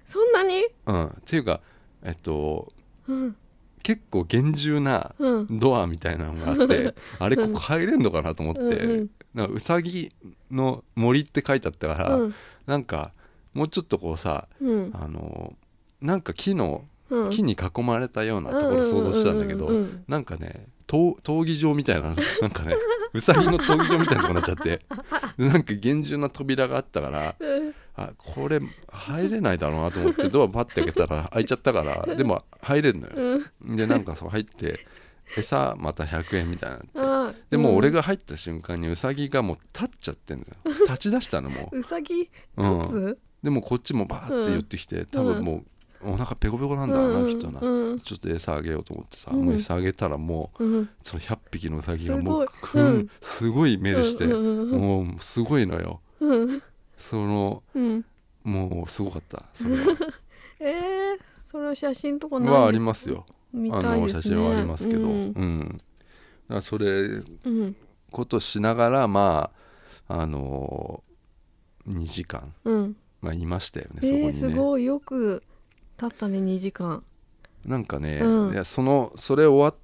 そんなに
うん、っていうかえっと
うん
結構厳重な
うん
ドアみたいなのがあってあれここ入れんのかなと思って、
うんうん
なんかうさぎの森って書いてあったから、
うん
なんかもうちょっとこうさ
うん
あのなんか木の
うん
木に囲まれたようなところ想像してたんだけど、
うんうんうんうん
なんかね闘闘技場みたいな なんかねうさぎの闘技場みたいなとこになっちゃってでなんか厳重な扉があったから
うん
あこれ入れないだろうなと思ってドアパッて開けたら開いちゃったからでも入れんのよ。
うん
でなんかそう入って餌また100円みたいになって。
あ
でもう俺
が
が入った瞬間にうさぎがもう立っちゃってんのよ立ち出したのもう
うさぎ
うん
立つ
でもこっちもバーって寄ってきて、多分もうお腹ペコペコなんだろうな、
うんうん
きっとな、
うん
ちょっと餌あげようと思ってさ、
うん
もう餌あげたらもう
うん
その100匹のウサギがもう
す
す
ご
ご,、
い
ん
うん
すごい目でして、
うんうんうん
もうすごいのよ
うん
その
うん
もうすごかったそれ は
えーそれ写真とかない
はありますよ、
見
あ
たい
の
ですね
写真はありますけど、
う
うん
ん
だからそれ
うん
ことしながらまああの2時間、
うん
まあ、いましたよねそ
え
こにね、
ーすごいよく経ったね2時間
なんかね、
うん
いやそのそれ終わっ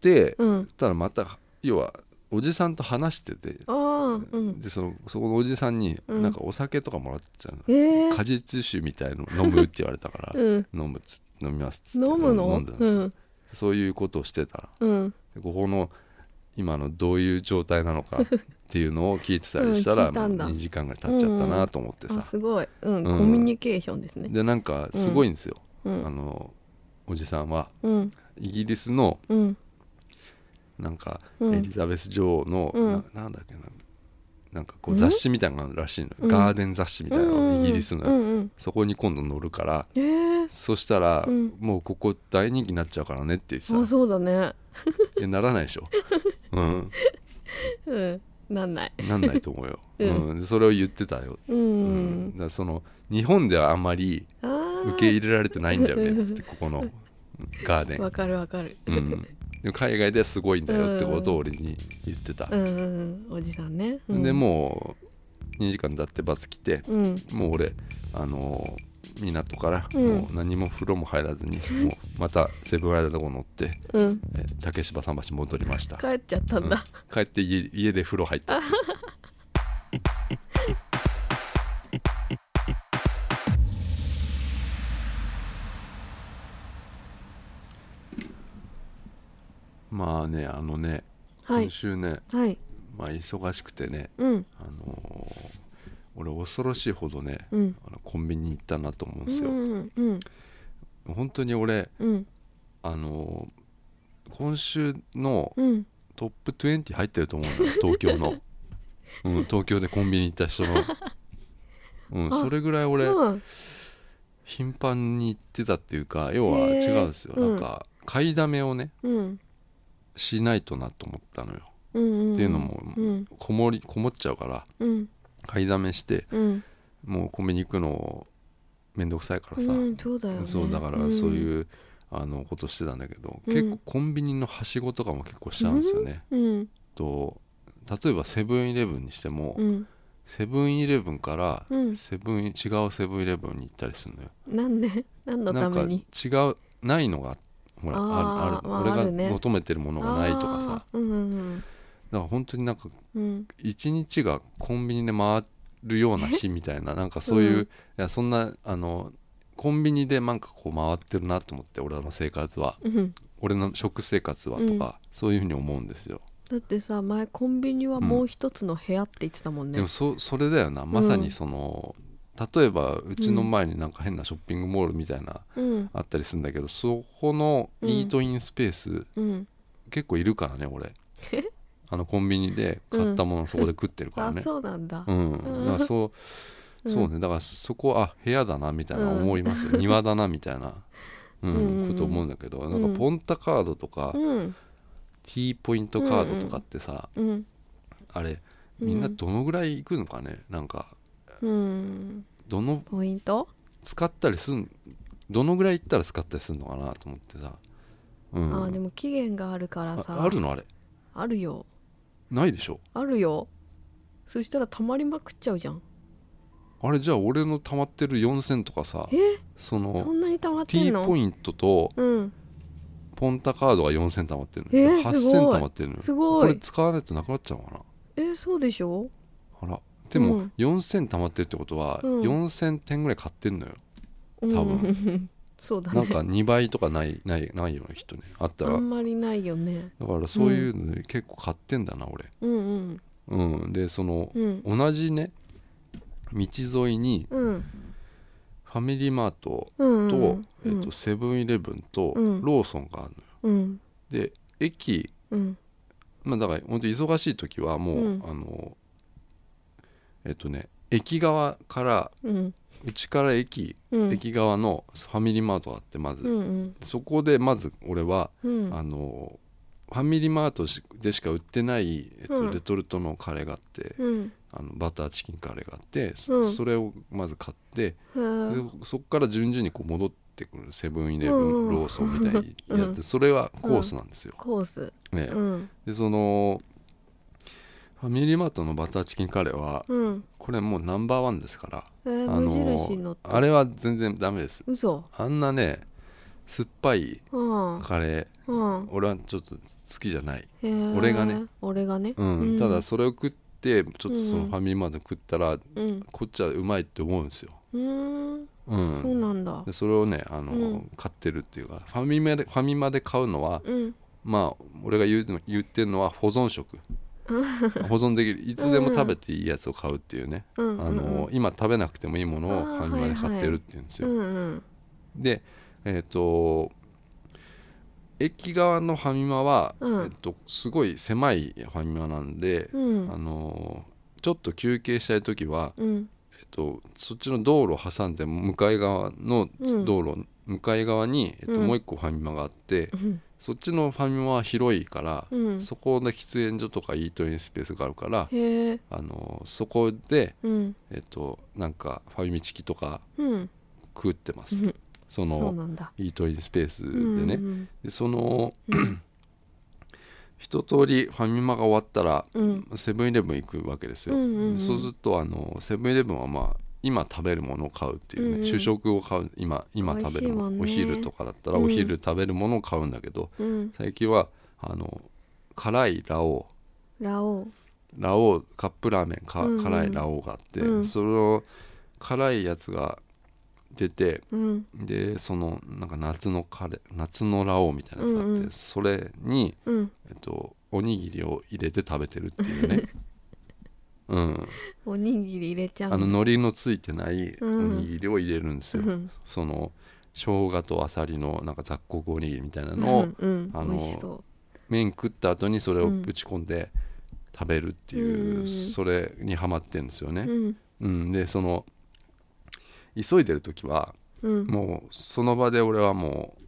て、
うん
たらまた要はおじさんと話してて、
ああうん
でそのそこのおじさんに
うん
なんかお酒とかもらっちゃうの、
えー
果実酒みたいの飲むって言われたから、
うん
飲むっつ飲みますっつって
飲む
飲
の
んだんで
う
すよ、
ん
そういうことをしてたら
うん
でここの今のどういう状態なのかっていうのを聞いてたりした
う
ら、
ん聞いたんだ
2時間ぐらい経っちゃったなと思って
あ
さ、
すごいうん
うん
コミュニケーションですね
でなんかすごいんですよ、
う
あ
ん
のおじさんは
うん
イギリスの
うん
なんか
うん
エリザベス女王の、
うん
ななんだっけななんかこ
う
うん雑誌みたいなのがあるらしいの、
うん
ガーデン雑誌みたいなの、
うんうん
イギリスの、
うんうん
そこに今度乗るから
えー
そしたら、
うん
もうここ大人気になっちゃうからねって言
あ
ってさ
そうだね
いやならないでしょ、うん、
うんなんない
なんないと思うよ、う
うんん
でそれを言ってたよ、
う
うんだからその日本ではあんまり
あー
受け入れられてないんだよね
う
っ
ん
つってここのガーデン
わ、かるわかる
うん、でも海外ではすごいんだよってことを俺に言ってた
う、んうんうんおじさんねうん
でもう2時間経ってバス来て、
うん
もう俺あのー港から
うん
もう何も風呂も入らずに、もうまたセブンアイランド号乗って、
うん
えー竹芝桟橋戻りました
帰っちゃったんだ
うん帰って家家で風呂入ったまあねあのね、
は
今
い
週ね、
はい
まあ、忙しくてね、
うん
あのー俺恐ろしいほどね、
うん
あのコンビニ行ったなと思うん
う
ですよ、
んうん
本当に俺
うん
あのー今週の
うん
トップ20入ってると思うんだよ東京 の、うん、東京でコンビニ行った人の、うん、
あ
それぐらい俺
うん
頻繁に行ってたっていうか要は違うんですよ、
へー
なんか買いだめをね
うん
しないとなと思ったのよ
うんん
っていうのも
うん
こもりこもっちゃうから
うん
買いだめして
うん
もうコンビニ行くのめんどくさいからさ、
うんそうだよね
そうだからそういうう、あのことしてたんだけど、
うん
結構コンビニのはしごとかも結構しちゃうんですよね。
うん
と例えばセブンイレブンにしても、
うん
セブンイレブンから
うん
セブン、違うセブンイレブンに行ったりするのよ。
なんで 何の
な
た
ん
め
か違
に
うないのがほらあるあ
あー
る、
まああ
俺
るね
が求めてるものがないとかさだか
あーうんうん
ら本当になんか
うん
一日がコンビニで回るような日みたい ななんかそういう、
うん
いやそんなあのコンビニでなんかこう回ってるなと思って俺らの生活は
うん
俺の食生活はとか、そういうふうに思うんですよ、
だってさ前コンビニはもう一つの部屋って言ってたもんね、
でもそそれだよなまさにその、例えばうちの前になんか変なショッピングモールみたいな
うん
あったりするんだけどそこの
うん
イートインスペース、
うん
結構いるからね俺あのコンビニで買ったものそこで食ってるから
あ
ね
そうなんだ、
うん、だからそう
うん
そうねだからそこあ部屋だなみたいな思い ますよ、庭だなみたいな、うん
うんうん
こと思うんだけどな
うんん
かポンタカードとか、
うん、
T ポイントカードとかってさ、
うん
あれ
うん
みんなどのぐらい行くのかねなんか
うん
どの
ポイント、
使ったりすんどのぐらい行ったら使ったりするのかなと思ってさ、うん、
あーでも期限があるからさ
ああるのあれ
あるよ
ないでしょ
あるよそしたら溜まりまくっちゃうじゃん
あれじゃあ俺の溜まってる4000とかさ
え
その
そんなに溜まって
T
んの
ポイントと
うん
ポンタカードが4000溜まってるの、
えーすごい
8000溜まってるのよ
す
こ
ご
れ
い
使わないとなくなっちゃうのかな
えそうでしょ
あらで
う
も
ん
4000溜まってるってことは
うん
4000点ぐらい買ってんのよ、
多
多分
分 そうだね
なんか2倍とかないないないよねきっとねあったら
あんまりないよね
だからそういうので結構買ってんだな俺
うんうん
うんでその
うん
同じね道沿いに
うん
ファミリーマート
うん
と,、
う
えっ
ん
とセブンイレブンと
うん
ローソンがあるのよ
うん
で駅
うん
まあだから本当忙しい時はもう、
うん
あのえっとね駅側から
うん
うちから駅、
うん
駅側のファミリーマートがあってまず、
うんうん
そこでまず俺は、
うん
あのファミリーマートしでしか売ってない、えっと
うん
レトルトのカレーがあって、
うん
あのバターチキンカレーがあって、そ
うん
それをまず買って、
へー
でそこから順々にこう戻ってくるセブンイレブ
うん
ンローソンみたいにやって、
うん
それはコースなんですよ。
コース
ね
うん
でそのファミリーマートのバターチキンカレーは
うん
これもうナンバーワンですから、
えー
あ
無印の
のあれは全然ダメです
嘘
あんなね酸っぱい
うん
カレー
うん
俺はちょっと好きじゃない、
へー
俺がね
俺がね
うんただそれを食ってちょっとその
うん
ファミリーマート食ったら、
うん
こっちはうまいって思うんですよ、
うーん
う、
そうんなんだ
でそれをねあの、
うん
買ってるっていうかファミマでファミマで買うのは
うん
まあ俺が言う言ってるのは保存 食保存できるいつでも食べていいやつを買うっていうね、
うん
あの今食べなくてもいいものをファミマで買ってるっていうんです
う
よ、
んうん
でえっ、と駅側のファミマは、
うん
えっと、すごい狭いファミマなんで、
うん
あのちょっと休憩したい時は、
うん
えっと、そっちの道路を挟んで向かい側の
うん
道路、向かい側に、えっと
うん
もう一個ファミマがあって、
うん
そっちのファミマは広いから、
うん
そこの喫煙所とかイートインスペースがあるから、
へえ
あのそこで、
うん
えっと、なんかファミチキとか
うん
食ってます、
うん
そ
そう
の
なんだ
イートインスペースで
うん
ね、
うん
でその 一通りファミマが終わったら
うん
セブンイレブン行くわけですよ、
うんうんうん
そうするとあのセブンイレブンはまあ今食べるものを買うっていうね、
うんうん
主食を買う今今食べるもの
美
お
味しいもんね
昼とかだったら
うん
お昼食べるものを買うんだけど、
うん
最近はあの辛いラオウ
ラオウ
ラオウカップラーメンか、
うんうん
辛いラオウがあって、
うん
その辛いやつが出て
うん
でそのなんか夏のカレー夏のラオウみたいなやつがあって、
うんうん
それに、
うん
えっと、おにぎりを入れて食べてるっていう ねうん
おにぎり入れちゃう
あの海苔のついてないお
うん
にぎりを入れるんです
う
よ、
ん
その生姜とあさりのなんか雑穀おにぎりみたいなのを、
うんう
あ
ん
の
美味しそ
麺食った後にそれをぶち込んで食べるっていう、
うん
それにハマってるんですよ
う
ね、
うん
うん、でその急いでる時は
うん
もうその場で俺はもう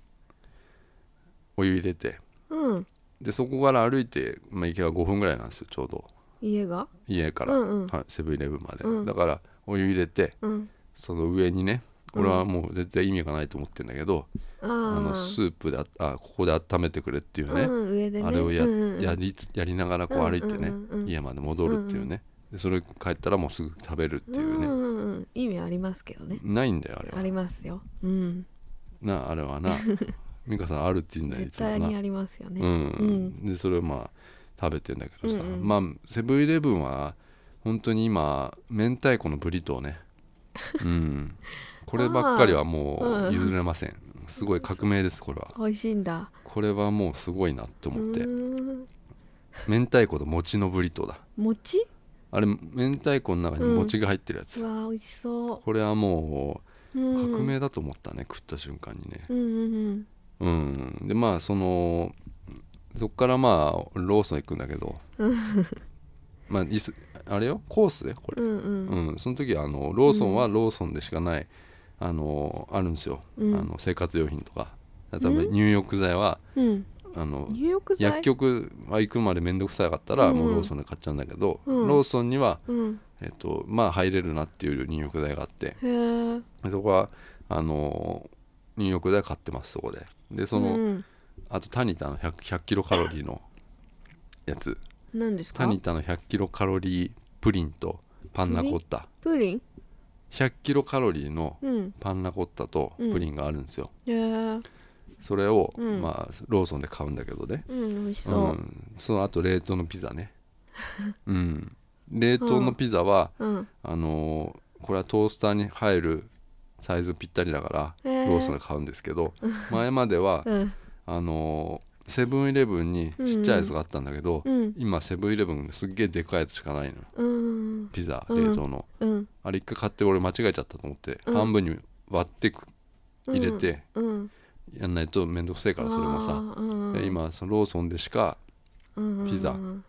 お湯入れて
うん
でそこから歩いて、まあ、行けば5分ぐらいなんですよちょうど
家が
家から、
うんうん
はいセブンイレブンまで、
うん
だからお湯入れて
うん
その上にね
うん
俺はもう絶対意味がないと思ってんだけど、
あ
あの
の
スープでああここで温めてくれっていうね、
うん上でね
あれをや,、
うんうん
やりつやりながらこう歩いてね、
うんうんうん
家まで戻るっていうね、でそれ帰ったらもうすぐ食べるっていうね、
んうんうん意味ありますけどね
ないんだよあれは
ありますようん
なあれ はな美香さんあるって言うんだよい
絶
つも
対
な
にありますよね
うん、
うん
でそれをまあ食べてんだけどさ、
うんうん
まあセブンイレブンは本当に今明太子のブリトーね うんこればっかりはも
あーう
うん譲れません、すごい革命ですこれは
美味しいんだ
これはもうすごいなと
う
思って
ーん
明太子と餅のブリトーだ
餅
あれ明太子の中に餅が入ってるやつ、
うわー美味しそ
これはも
う、う、
うん革命だと思ったね、食った瞬間にね
うんうんうん
うんでまあそのそっからまあローソン行くんだけど
うん
まあいすあれよコースでこれ
うんうん
うん、その時はあのローソンはローソンでしかない、あのあるんですよ、
うん
あの生活用品とか例えば入浴剤は、
うん
あの
入浴剤
薬局は行くまで面倒くさかったら、
うんうん
もうローソンで買っちゃうんだけど、
うん
ローソンには、
うん
えっとまあ、入れるなっていう入浴剤があって
へえ
そこはあの入浴剤買ってますそこででその、
うん、
あとタニタの 100, 100キロカロリーのやつ
何です
タ
か
ニタの100キロカロリープリンとパンナコッタ
プリン
100キロカロリーの
うん
パンナコッタとプリンがあるんですよ、
へえうん
それを、
うん
まあ、ローソンで買うんだけどね、
美味し
う、
そうん
その後冷凍のピザ ねうん冷凍のピザは、
うん
あのーこれはトースターに入るサイズぴったりだから、
へえ
ローソンで買うんですけ ど前までは、
うん
あのーセブンイレブンにちっちゃいやつがあったんだけど、
うん
今セブンイレブンすっげえでかいやつしかないの
うん
ピザ
うん
冷凍の、
うん
あれ一回買って俺間違えちゃったと思って、
うん
半分に割ってく入れて、
うん
やんないと面倒くせえからそれも
あ
さ
ーうん
で今そのローソンでしか
うん
ピザ
うん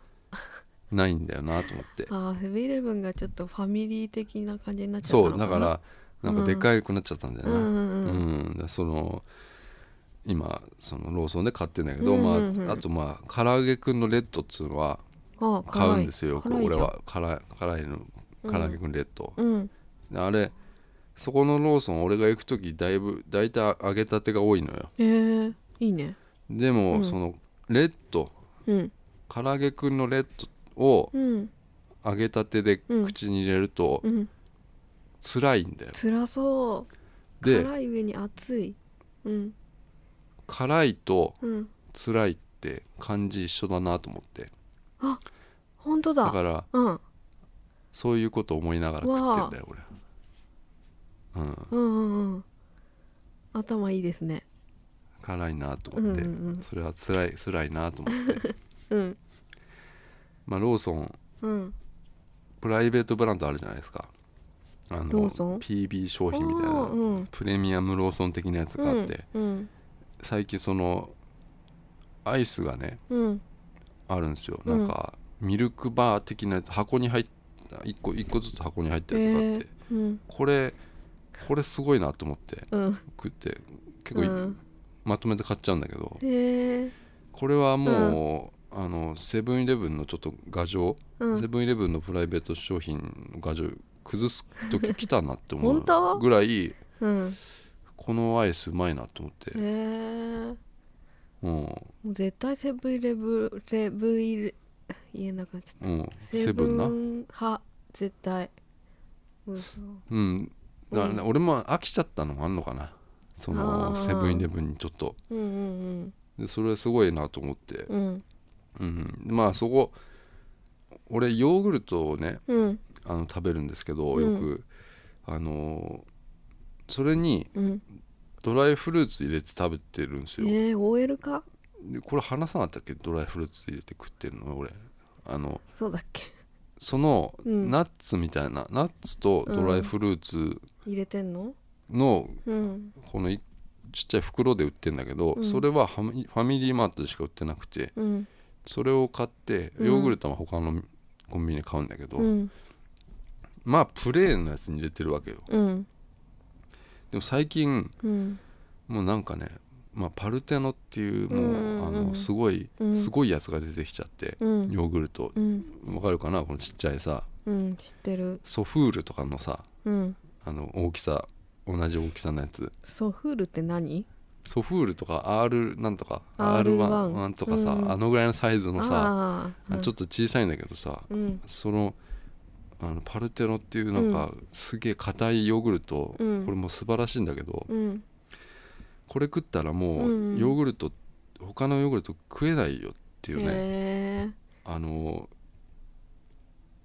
ないんだよなと思って
あーセブンイレブンがちょっとファミリー的な感じになっちゃっ
そ
たの
うだ
かな
からなんかでかくなっちゃったんだよな
う
うん
うん
ん
うん
だからその今そのローソンで買ってんだけど、
うんうんうん
まあ、あとまあ唐揚げくんのレッドっつうのは
あ
買
辛
う
い
んですよよく
辛いじゃん
俺は辛い辛いの唐揚げくんレッド、
うん
であれそこのローソン俺が行く時だいぶ大体揚げたてが多いのよ
へえいいね
でも、
うん
そのレッド
うん
唐揚げくんのレッドを、
うん
揚げたてで口に入れると
うん
辛いんだよ、
辛そう
で
辛い上に熱いうん
辛いと
うん
辛いって漢字一緒だなと思って
本当だ
だから
うん
そういうこと思いながら食ってんだよ俺うん
うんうんうん頭いいですね
辛いなと
うん
思
う
って、
ん
それは辛い辛いなと思って
うん
まあローソン
うん
プライベートブランドあるじゃないですかあの
ローソン
PB 商品みたい
あー
な
うん
プレミアムローソン的なやつがあって、
うん
最近そのアイスがね
うん
あるんですよ、
うん
なんかミルクバー的なやつ箱に入った1個一個ずつ箱に入ったやつがあって、
うん
これこれすごいなと思って
うん
食って結構
う
い、
ん
まとめて買っちゃうんだけど
へえ
これはもう、あのセブンイレブンのちょっと牙城、
うん
セブンイレブンのプライベート商品の牙城崩す時来たなって思
本当
うぐらい
うん
このアイスうまいなと思って
へ、え
うん
もう絶対セブンイレブンレブンイレ言えなくなっちゃった
うん、セブンな
派絶対うんそう
うん、だからね
う
俺も飽きちゃったのもあんのかなそ
あ
の
ー
セブンイレブンにちょっと
うんうん
でそれはすごいなと思って、
うんうん
うん、まあそこ俺ヨーグルトをね
うん
あの食べるんですけど
うん
よく、あのーそれに
うん
ドライフルーツ入れて食べてるんですよ、
えー、OL か
でこれ話さなかったっけドライフルーツ入れて食ってるの俺あの
そうだっけ
その
うん
ナッツみたいな、ナッツとドライフルーツ
入れてんの
の
うん
このいちっちゃい袋で売ってんだけど、
うん
それはファミファミリーマートでしか売ってなくて
うん
それを買って
うん
ヨーグルトは他のコンビニで買うんだけど、
うん
まあプレーンのやつに入れてるわけよ
うん
でも最近
うん
もうなんかね、まあ、パルテノっていうもう,、
うんうんうん
あのすごい、
うん
すごいやつが出てきちゃって、
うん
ヨーグルト
うん
わかるかなこのちっちゃいさ
うん知ってる
ソフールとかのさ
うん
あの大きさ同じ大きさのやつ
ソフールって何
ソフールとか R なんとか
R1
R1 とかさ、
うん
あのぐらいのサイズのさ
ああ
ちょっと小さいんだけどさ、
うん
そのあのパルテノっていうなんか、すげえ硬いヨーグルト、
うん
これも素晴らしいんだけど、
うん
これ食ったらもう、
うん
ヨーグルト他のヨーグルト食えないよっていうね
へえ
あの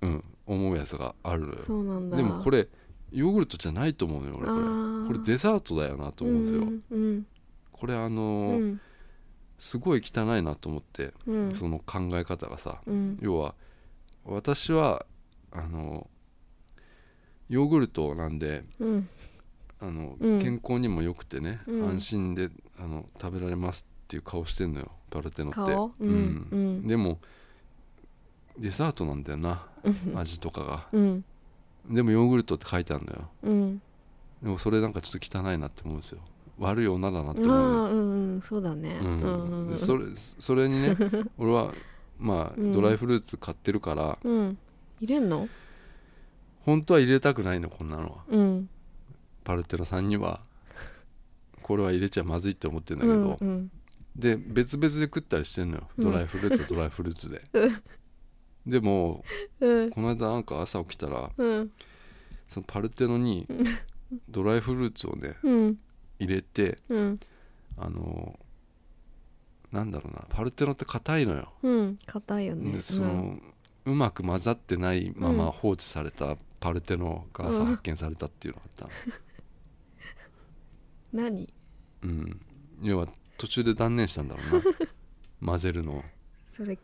うん思うやつがあるのよ
そうなんだ
でもこれヨーグルトじゃないと思うのよ俺
あ
こ
ー
れこれデザートだよなと思うんですよ、
うん
これあ
う
のー
ん
すごい汚いなと思って、
うん
その考え方がさ、
うん
要は私はあのヨーグルトなんで
うん
あの、
うん
健康にも良くてね、
うん
安心であの食べられますっていう顔してんのよパルテノって
顔うん
う
うんん
でもデザートなんだよな
うん
味とかが、
うん
でもヨーグルトって書いてあるのよ
うん
でもそれなんかちょっと汚いなって思うんですよ悪い女だなって
ま
思うのよ
あうんうんそうだね
う
うんんうん
でそれそれに ね俺はまあ、
うん
ドライフルーツ買ってるから
うん入れんの
本当は入れたくないのこんなのは
うん
パルテノさんにはこれは入れちゃまずいって思ってんだ
う
けど、
んうん
で別々で食ったりしてんのよ
うん
ドライフルーツはドライフルーツで、でも
うん
この間なんか朝起きたら
うん
そのパルテノにドライフルーツをね
うん
入れて
うん
あのなんだろうなパルテノって硬いのよ、
うん硬いよね
でその、うまく混ざってないまま放置されたパルテノがさ、
うん
発見されたっていうのがあっ
うん何
たの、うん、要は途中で断念したんだろう な混ぜるのを
それ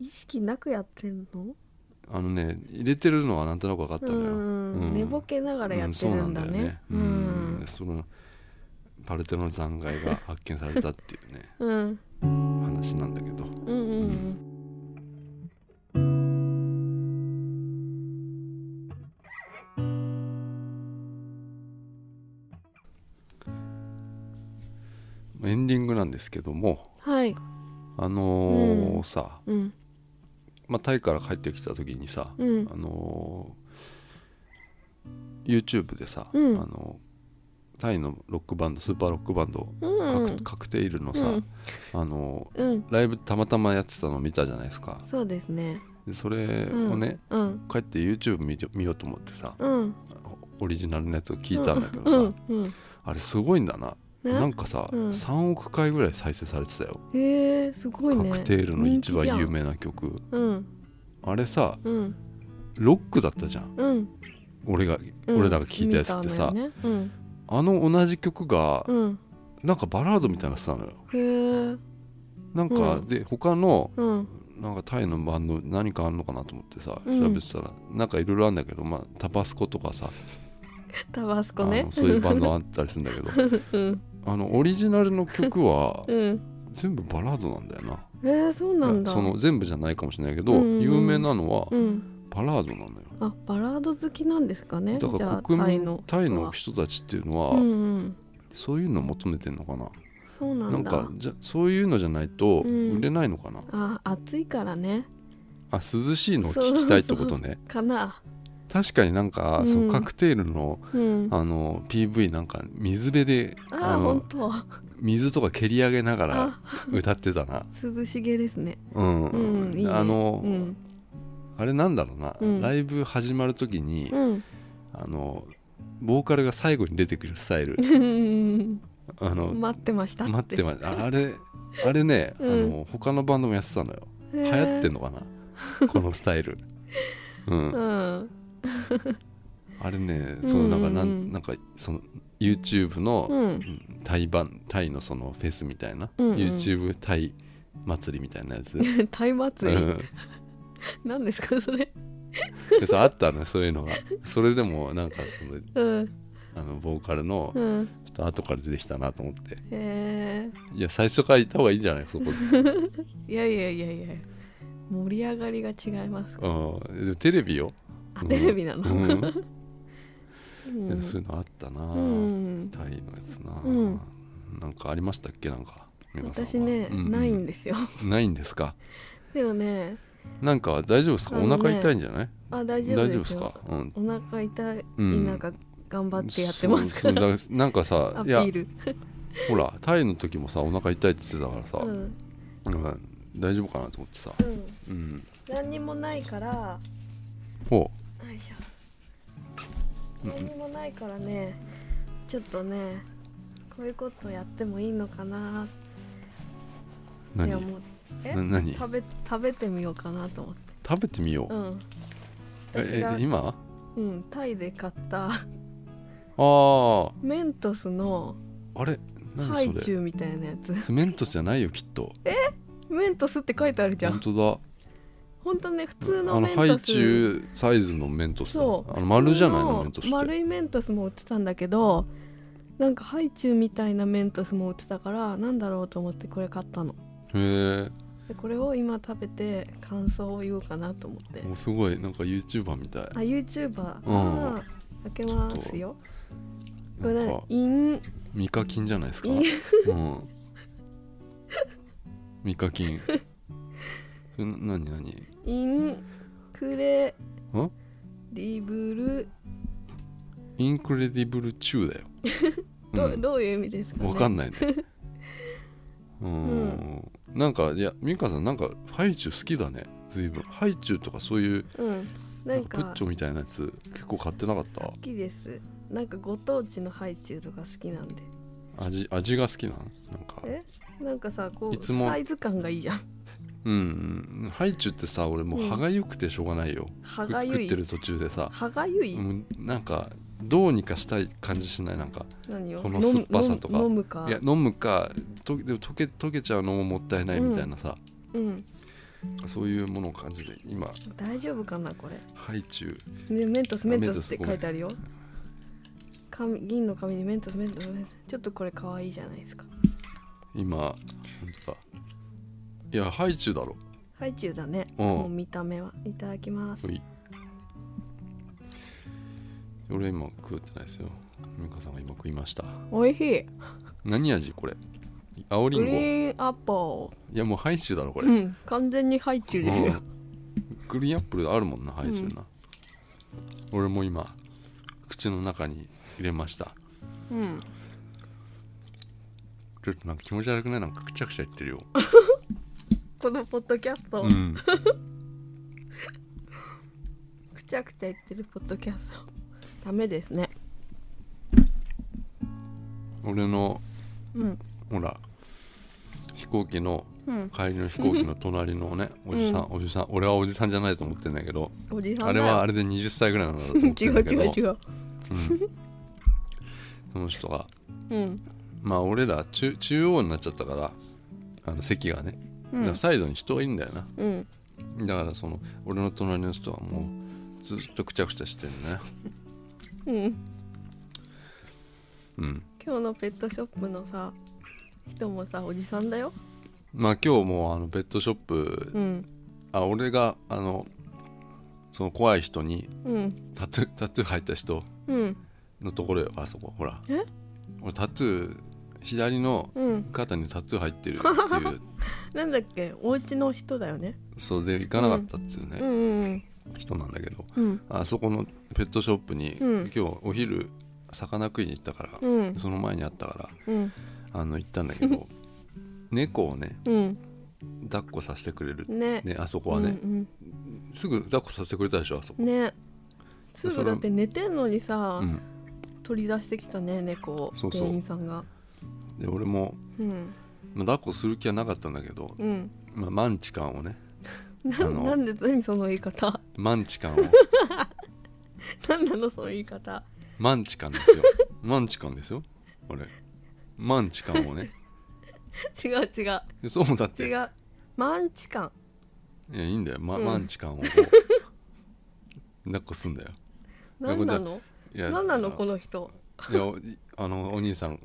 意識なくやってんの
あのね入れてるのはなんとなく分かったのよ、
うん寝ぼけながらやってるんだね
う
うん
そうなんだよねうん
ん
でそのパルテノの残骸が発見されたっていうね
うん
話なんだけど
うんうん
エンディングなんですけども
はい
あのー
うん
さ、
うん
まあ、タイから帰ってきた時にさ、
うん
あのー YouTube でさ、
うん
あのタイのロックバンドスーパーロックバンドカ
う
ク,、
ん
テイルのさ、
うん
あのー
うん
ライブたまたまやってたの見たじゃないですか
そうですね
でそれをね、
うん
帰って YouTube 見て見ようと思ってさ
うん
オリジナルのやつを聞いたんだけど
う
さ、
んうん
あれすごいんだな、
ね
なんかさ、
うん
3億回ぐらい再生されてたよ、
へえすごいね
カクテイルの一番有
人気
名な曲
じゃんうん
あれさ
うん
ロックだったじゃん
うん
俺が
うん
俺らが聞いたやつってさ
見たのよねうん
あの同じ曲が、
うん
なんかバラードみたいなのしてたのよ
へえ
なんか、
うん
で他の
うん
なんかタイのバンド何かあんのかなと思ってさ
うん
調べてたら、なんかいろいろあるんだけど、まあ、タバスコとかさ、
タバス
あ
コね
のそういうバンドあったりするんだけ ど
うん
あのオリジナルの曲は
うん
全部バラードなんだよな
へえそうなんだ
その全部じゃないかもしれないけど、
うんうんうん
有名なのは
うん
バラードなのよ、
あバラード好きなんですかね
だか
じゃ
ら
あ
国
タイ
民
の
タイの人たちっていうのは、
うんうん
そういうの求めてんのかな
そうな
なん
ん
か
だ
じゃそういうのじゃないと
うん
売れないのかな、
あ暑いからね
あ涼しいのを聞きたいってことね
かな
確かになんか、
うん
そのカクテールの
うんあ
あの PV なんか水辺であ
あ
の
本当
水とか蹴り上げながら
あ
歌ってたな
涼しげですね
うん、
うんいいね
あの、
うん
あれなんだろうな、
うん
ライブ始まる時に、
うん
あのボーカルが最後に出てくるスタイルあの
待ってました
待ってましたあれあれね、
うん
あの他のバンドもやってたのよ
流
流行ってんの
の
かなこのスタイルうん、
うん
あれねそのなんか、な
うんうんうん
んなんかその YouTube の、
うん
タイ版タイのそのフェスみたいな、
うんうん
YouTube タイ祭りみたいなやつ、
タイ
う
祭り
ん、
何ですかそれ
でそうあったのよそういうのがそれでもなんかその
うん
あのボーカルのちょ
うん
っと後から出てきたなと思って
へえ
いや最初から行った方がいいんじゃないそこで
いやいやいやいや盛り上がりが違います
うんでもテレビよ、
あテレビな
う
の
ん、
うん
でそういうのあったな、
うん
タイのやつな、
うん
なんかありましたっけなんか美香さ
私
んは
ね
うんうん
ないんですよ
ないんですか
でもね
なんか大丈夫ですか、
あのね
お腹痛いんじゃない
あ大丈夫
大丈夫
で
ですす
よ
かうん
お腹痛い
うん
中頑張ってやってますか
そう
ら
そうだからなんかさ
ア
い
ピ
や
ール
ほらタイの時もさお腹痛いって言ってたからさ、
うん
うん大丈夫かなと思ってさ
うん
うん
何にもないから
ほ
よいし
う
ょ
んうん
何にもないからねちょっとねこういうことやってもいいのかなっ
う
て
何
思ってえ
な何
食べ食べてみようかなと思って
食べてみよう、
うん私が
ええ今
うんタイで買った
ああ
メントスの
あれ
ハイ
何そ
チュウみたいなやつ
れメントスじゃないよきっと
メントスって書いてあるじゃ
本
ん
当
本当ね普通
だ
の
あの
メン
ハイ
ト
チ
ス
ュウサイズのメントスだ
そう
あの丸じゃないのメン
普
ト
通
スって
丸いメントスも売ってたんだけどなんかハイチュウみたいなメントスも売ってたからなんだろうと思ってこれ買ったの
へ
でこれを今食べて感想を言おうかなと思って
えすごいなんか YouTuber みたい
あ YouTuber、
うん
あー開けますよこれ
なん
何
か
イン
ミカキンじゃないですか
イン
うんミカキンえな何何
インクレ
ん
ディブル
インクレディブルチューだよ
ど,、
う
うどういう意味ですかね
わかん ないね。うーん。なんかいや美香さんなんかハイチュウ好きだね。ずいぶんハイチュウとかそういう
うん
な
なんん
かプ
か
ッチョみたいなやつ結構買ってなかった
好。きですなんかご当地のハイチュウとか好きなんで
味味が好きなのなんか。
えなんかさこ
いうつも
サイズ感がいいじゃん
うんうん。ハイチュウってさ俺もう歯がゆくてしょうがないよ。
歯
食
がゆ
食って
い
る途中でさ、
歯がゆい、
もうなんかどうにかしたい感じしないなんか。
何を
この酸っぱさとか
飲む飲むか
いや飲むかとでも溶け溶けちゃうのももったいないみたいなさ、
うん
そういうものを感じる今
大丈夫かなこれ
ハイチュウ
ね、メントス
あ
メン
メン
トスっ
トスご
て
めん
書いてあるよ紙銀の紙にメントスメントスメントスちょっとこれ可愛いじゃないですか
今本当だいやハイチュウだろ
ハイチュウだね、
うん
もう見た目はいただきます
ほい俺今食ってないですよ美香さんが今食いました
おいしい
何味これ青り
グ
んご
リ
い
ーンアップ
やもうハイチュウだろこれ、
ルうん完全にハイチュウですよ
うんグリーンアップルあるもんなハイチュウな、俺も今口の中に入れました
うん
ちょっとなんか気持ち悪くないなんかくちゃくちゃ言ってるよ
このポッドキャスト、
うん
くちゃくちゃ言ってるポッドキャストダメですね
俺の
うん
ほら飛行機の
うん
帰りの飛行機の隣のねおじさん、おじさん俺はおじさんじゃないと思ってんだけど
おじさ
あ
んだ
れ
よ
はあれで20歳ぐらいなんだと思って
違
ん
う
だけど
違う違う
うんその人が
うん
まあ俺ら中中央になっちゃったからあの席がね、
う
だから
ん
サイドに人がいるんだよな
うん
だからその俺の隣の人はもうずっとくちゃくちゃしてるね
う
う
ん
ん
今日のペットショップのさ人もさおじさんだよ
まあ今日もうあのペットショップ、
うん
あ俺があのその怖い人に
うん
タトゥータトゥー入った人
うん
のところよあそこほら
え
俺タトゥー左の
うん、
肩にタトゥー入ってるって いう
なんだっけお家の人だよね
それで行かなかったっていうね、
うんうん
人なんだけど
うん
あそこのペットショップに、
うん
今日お昼魚食いに行ったから、
うん
その前にあったか
うん
らあの行ったんだけ ど猫をね
うん
抱っこさせてくれる、
ね
ねあそこはね、
うん
すぐ抱っこさせてくれたでしょあそこ、
うん、ねす
そ
ぐ
れ
だって寝てんのにさ、
うん、
取り出してきたね猫を
そうそう
店員さんが
で俺も、
うん
まあ、抱っこする気はなかったんだけど、
うん
まあ、マンチ感をね
な
あの
なんで何その言い方
マンチ感を
何なのその言い方
マンチ感ですよマンチ感ですよ俺マンチ感をね
違う違う
でそうだって
違うマンチ感
いやいいんだよ、ま
うん
マンチ感をこう抱っこすんだよ
何なの
いや
何なのこの人
いやおいあのお兄さん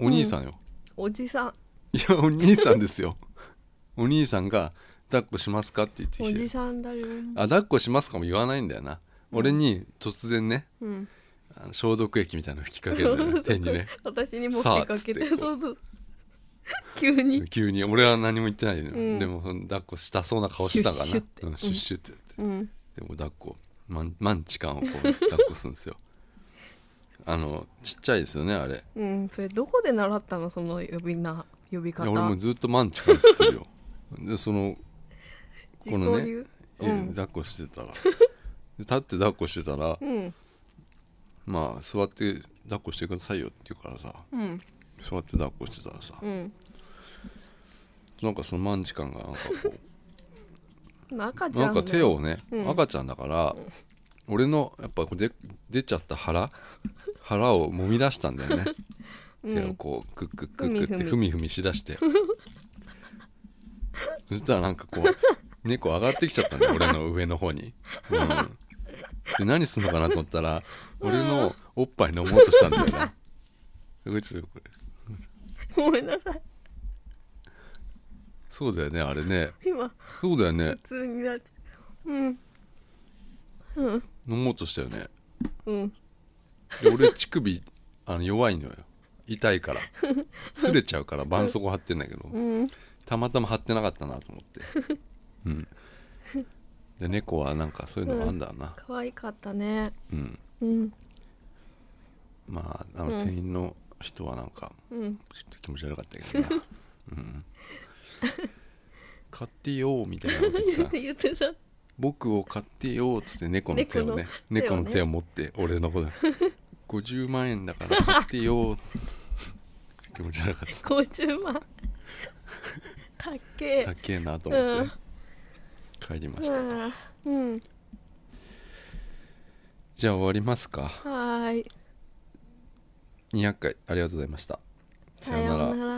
お兄さんよ、
おじさん
いやお兄さんですよお兄さんが抱っこしますかって言って
お
き
じ
て
さんだよ
あ抱っこしますかも言わないんだよな俺に突然ね
うん
あの消毒液みたいなの吹きかけるんだよ ね手にね
私に持ってかけて
さあっつってこう
そう そう急に
急に俺は何も言ってないよ、
うん
でもその抱っこしたそうな顔したからな
シュッシュって
うんシュッシュってやって
うん
でも抱っこマンマンチ感をこう抱っこするんですよあのちっちゃいですよねあれい
うん、それどこで習ったのその呼びな呼び
や
方
俺もずっとマンチ感って言ってるよでそのこのね
流
いや
うん
抱っこしてたら で立って抱っこしてたら
うん
まあ座って抱っこしてくださいよって言うからさ
うん
座って抱っこしてたらさ
うん
なんかそのマンチ感がなんかこう
赤ちゃん
なんか手をね、
うん
赤ちゃんだから俺のやっぱで出ちゃった腹腹を揉み出したんだよね、
う
手を
ん、
こうクックックックって
ふ
ふ
み
みふみしだしてそしたらなんかこう猫上がってきちゃったんだよ俺の上の方に、うん、で何すんのかなと思ったら俺のおっぱい飲もうとしたんだよ ねこれちょっとこれ
ごめんなさい
そうだよねあれね
今
そうだよね
普通になってうんうん
飲もうとしたよね
うん
で俺乳首あの弱いのよ痛いから擦れちゃうから絆創膏貼ってんだけど
うん
たまたま貼ってなかったなと思ってうんで猫はなんかそういうのがあんだな
可愛かったね
うん、
うん
まああ
う
の
ん
店員の人はなんか
うん
ちょっと気持ち悪かったけどな、うん、買ってよみたいなことでさ
言ってた
僕を買ってよっつって猫の手をね
猫
猫
の手をね
の手を持って俺のこと50万円だから買ってよ 気持ち悪かっ
50万 たっけ
た
え
高えなと思
う
っ
ん
て帰りました、
あーうん
じゃあ終わりますか
はーい
200回ありがとうございましたさようなら
な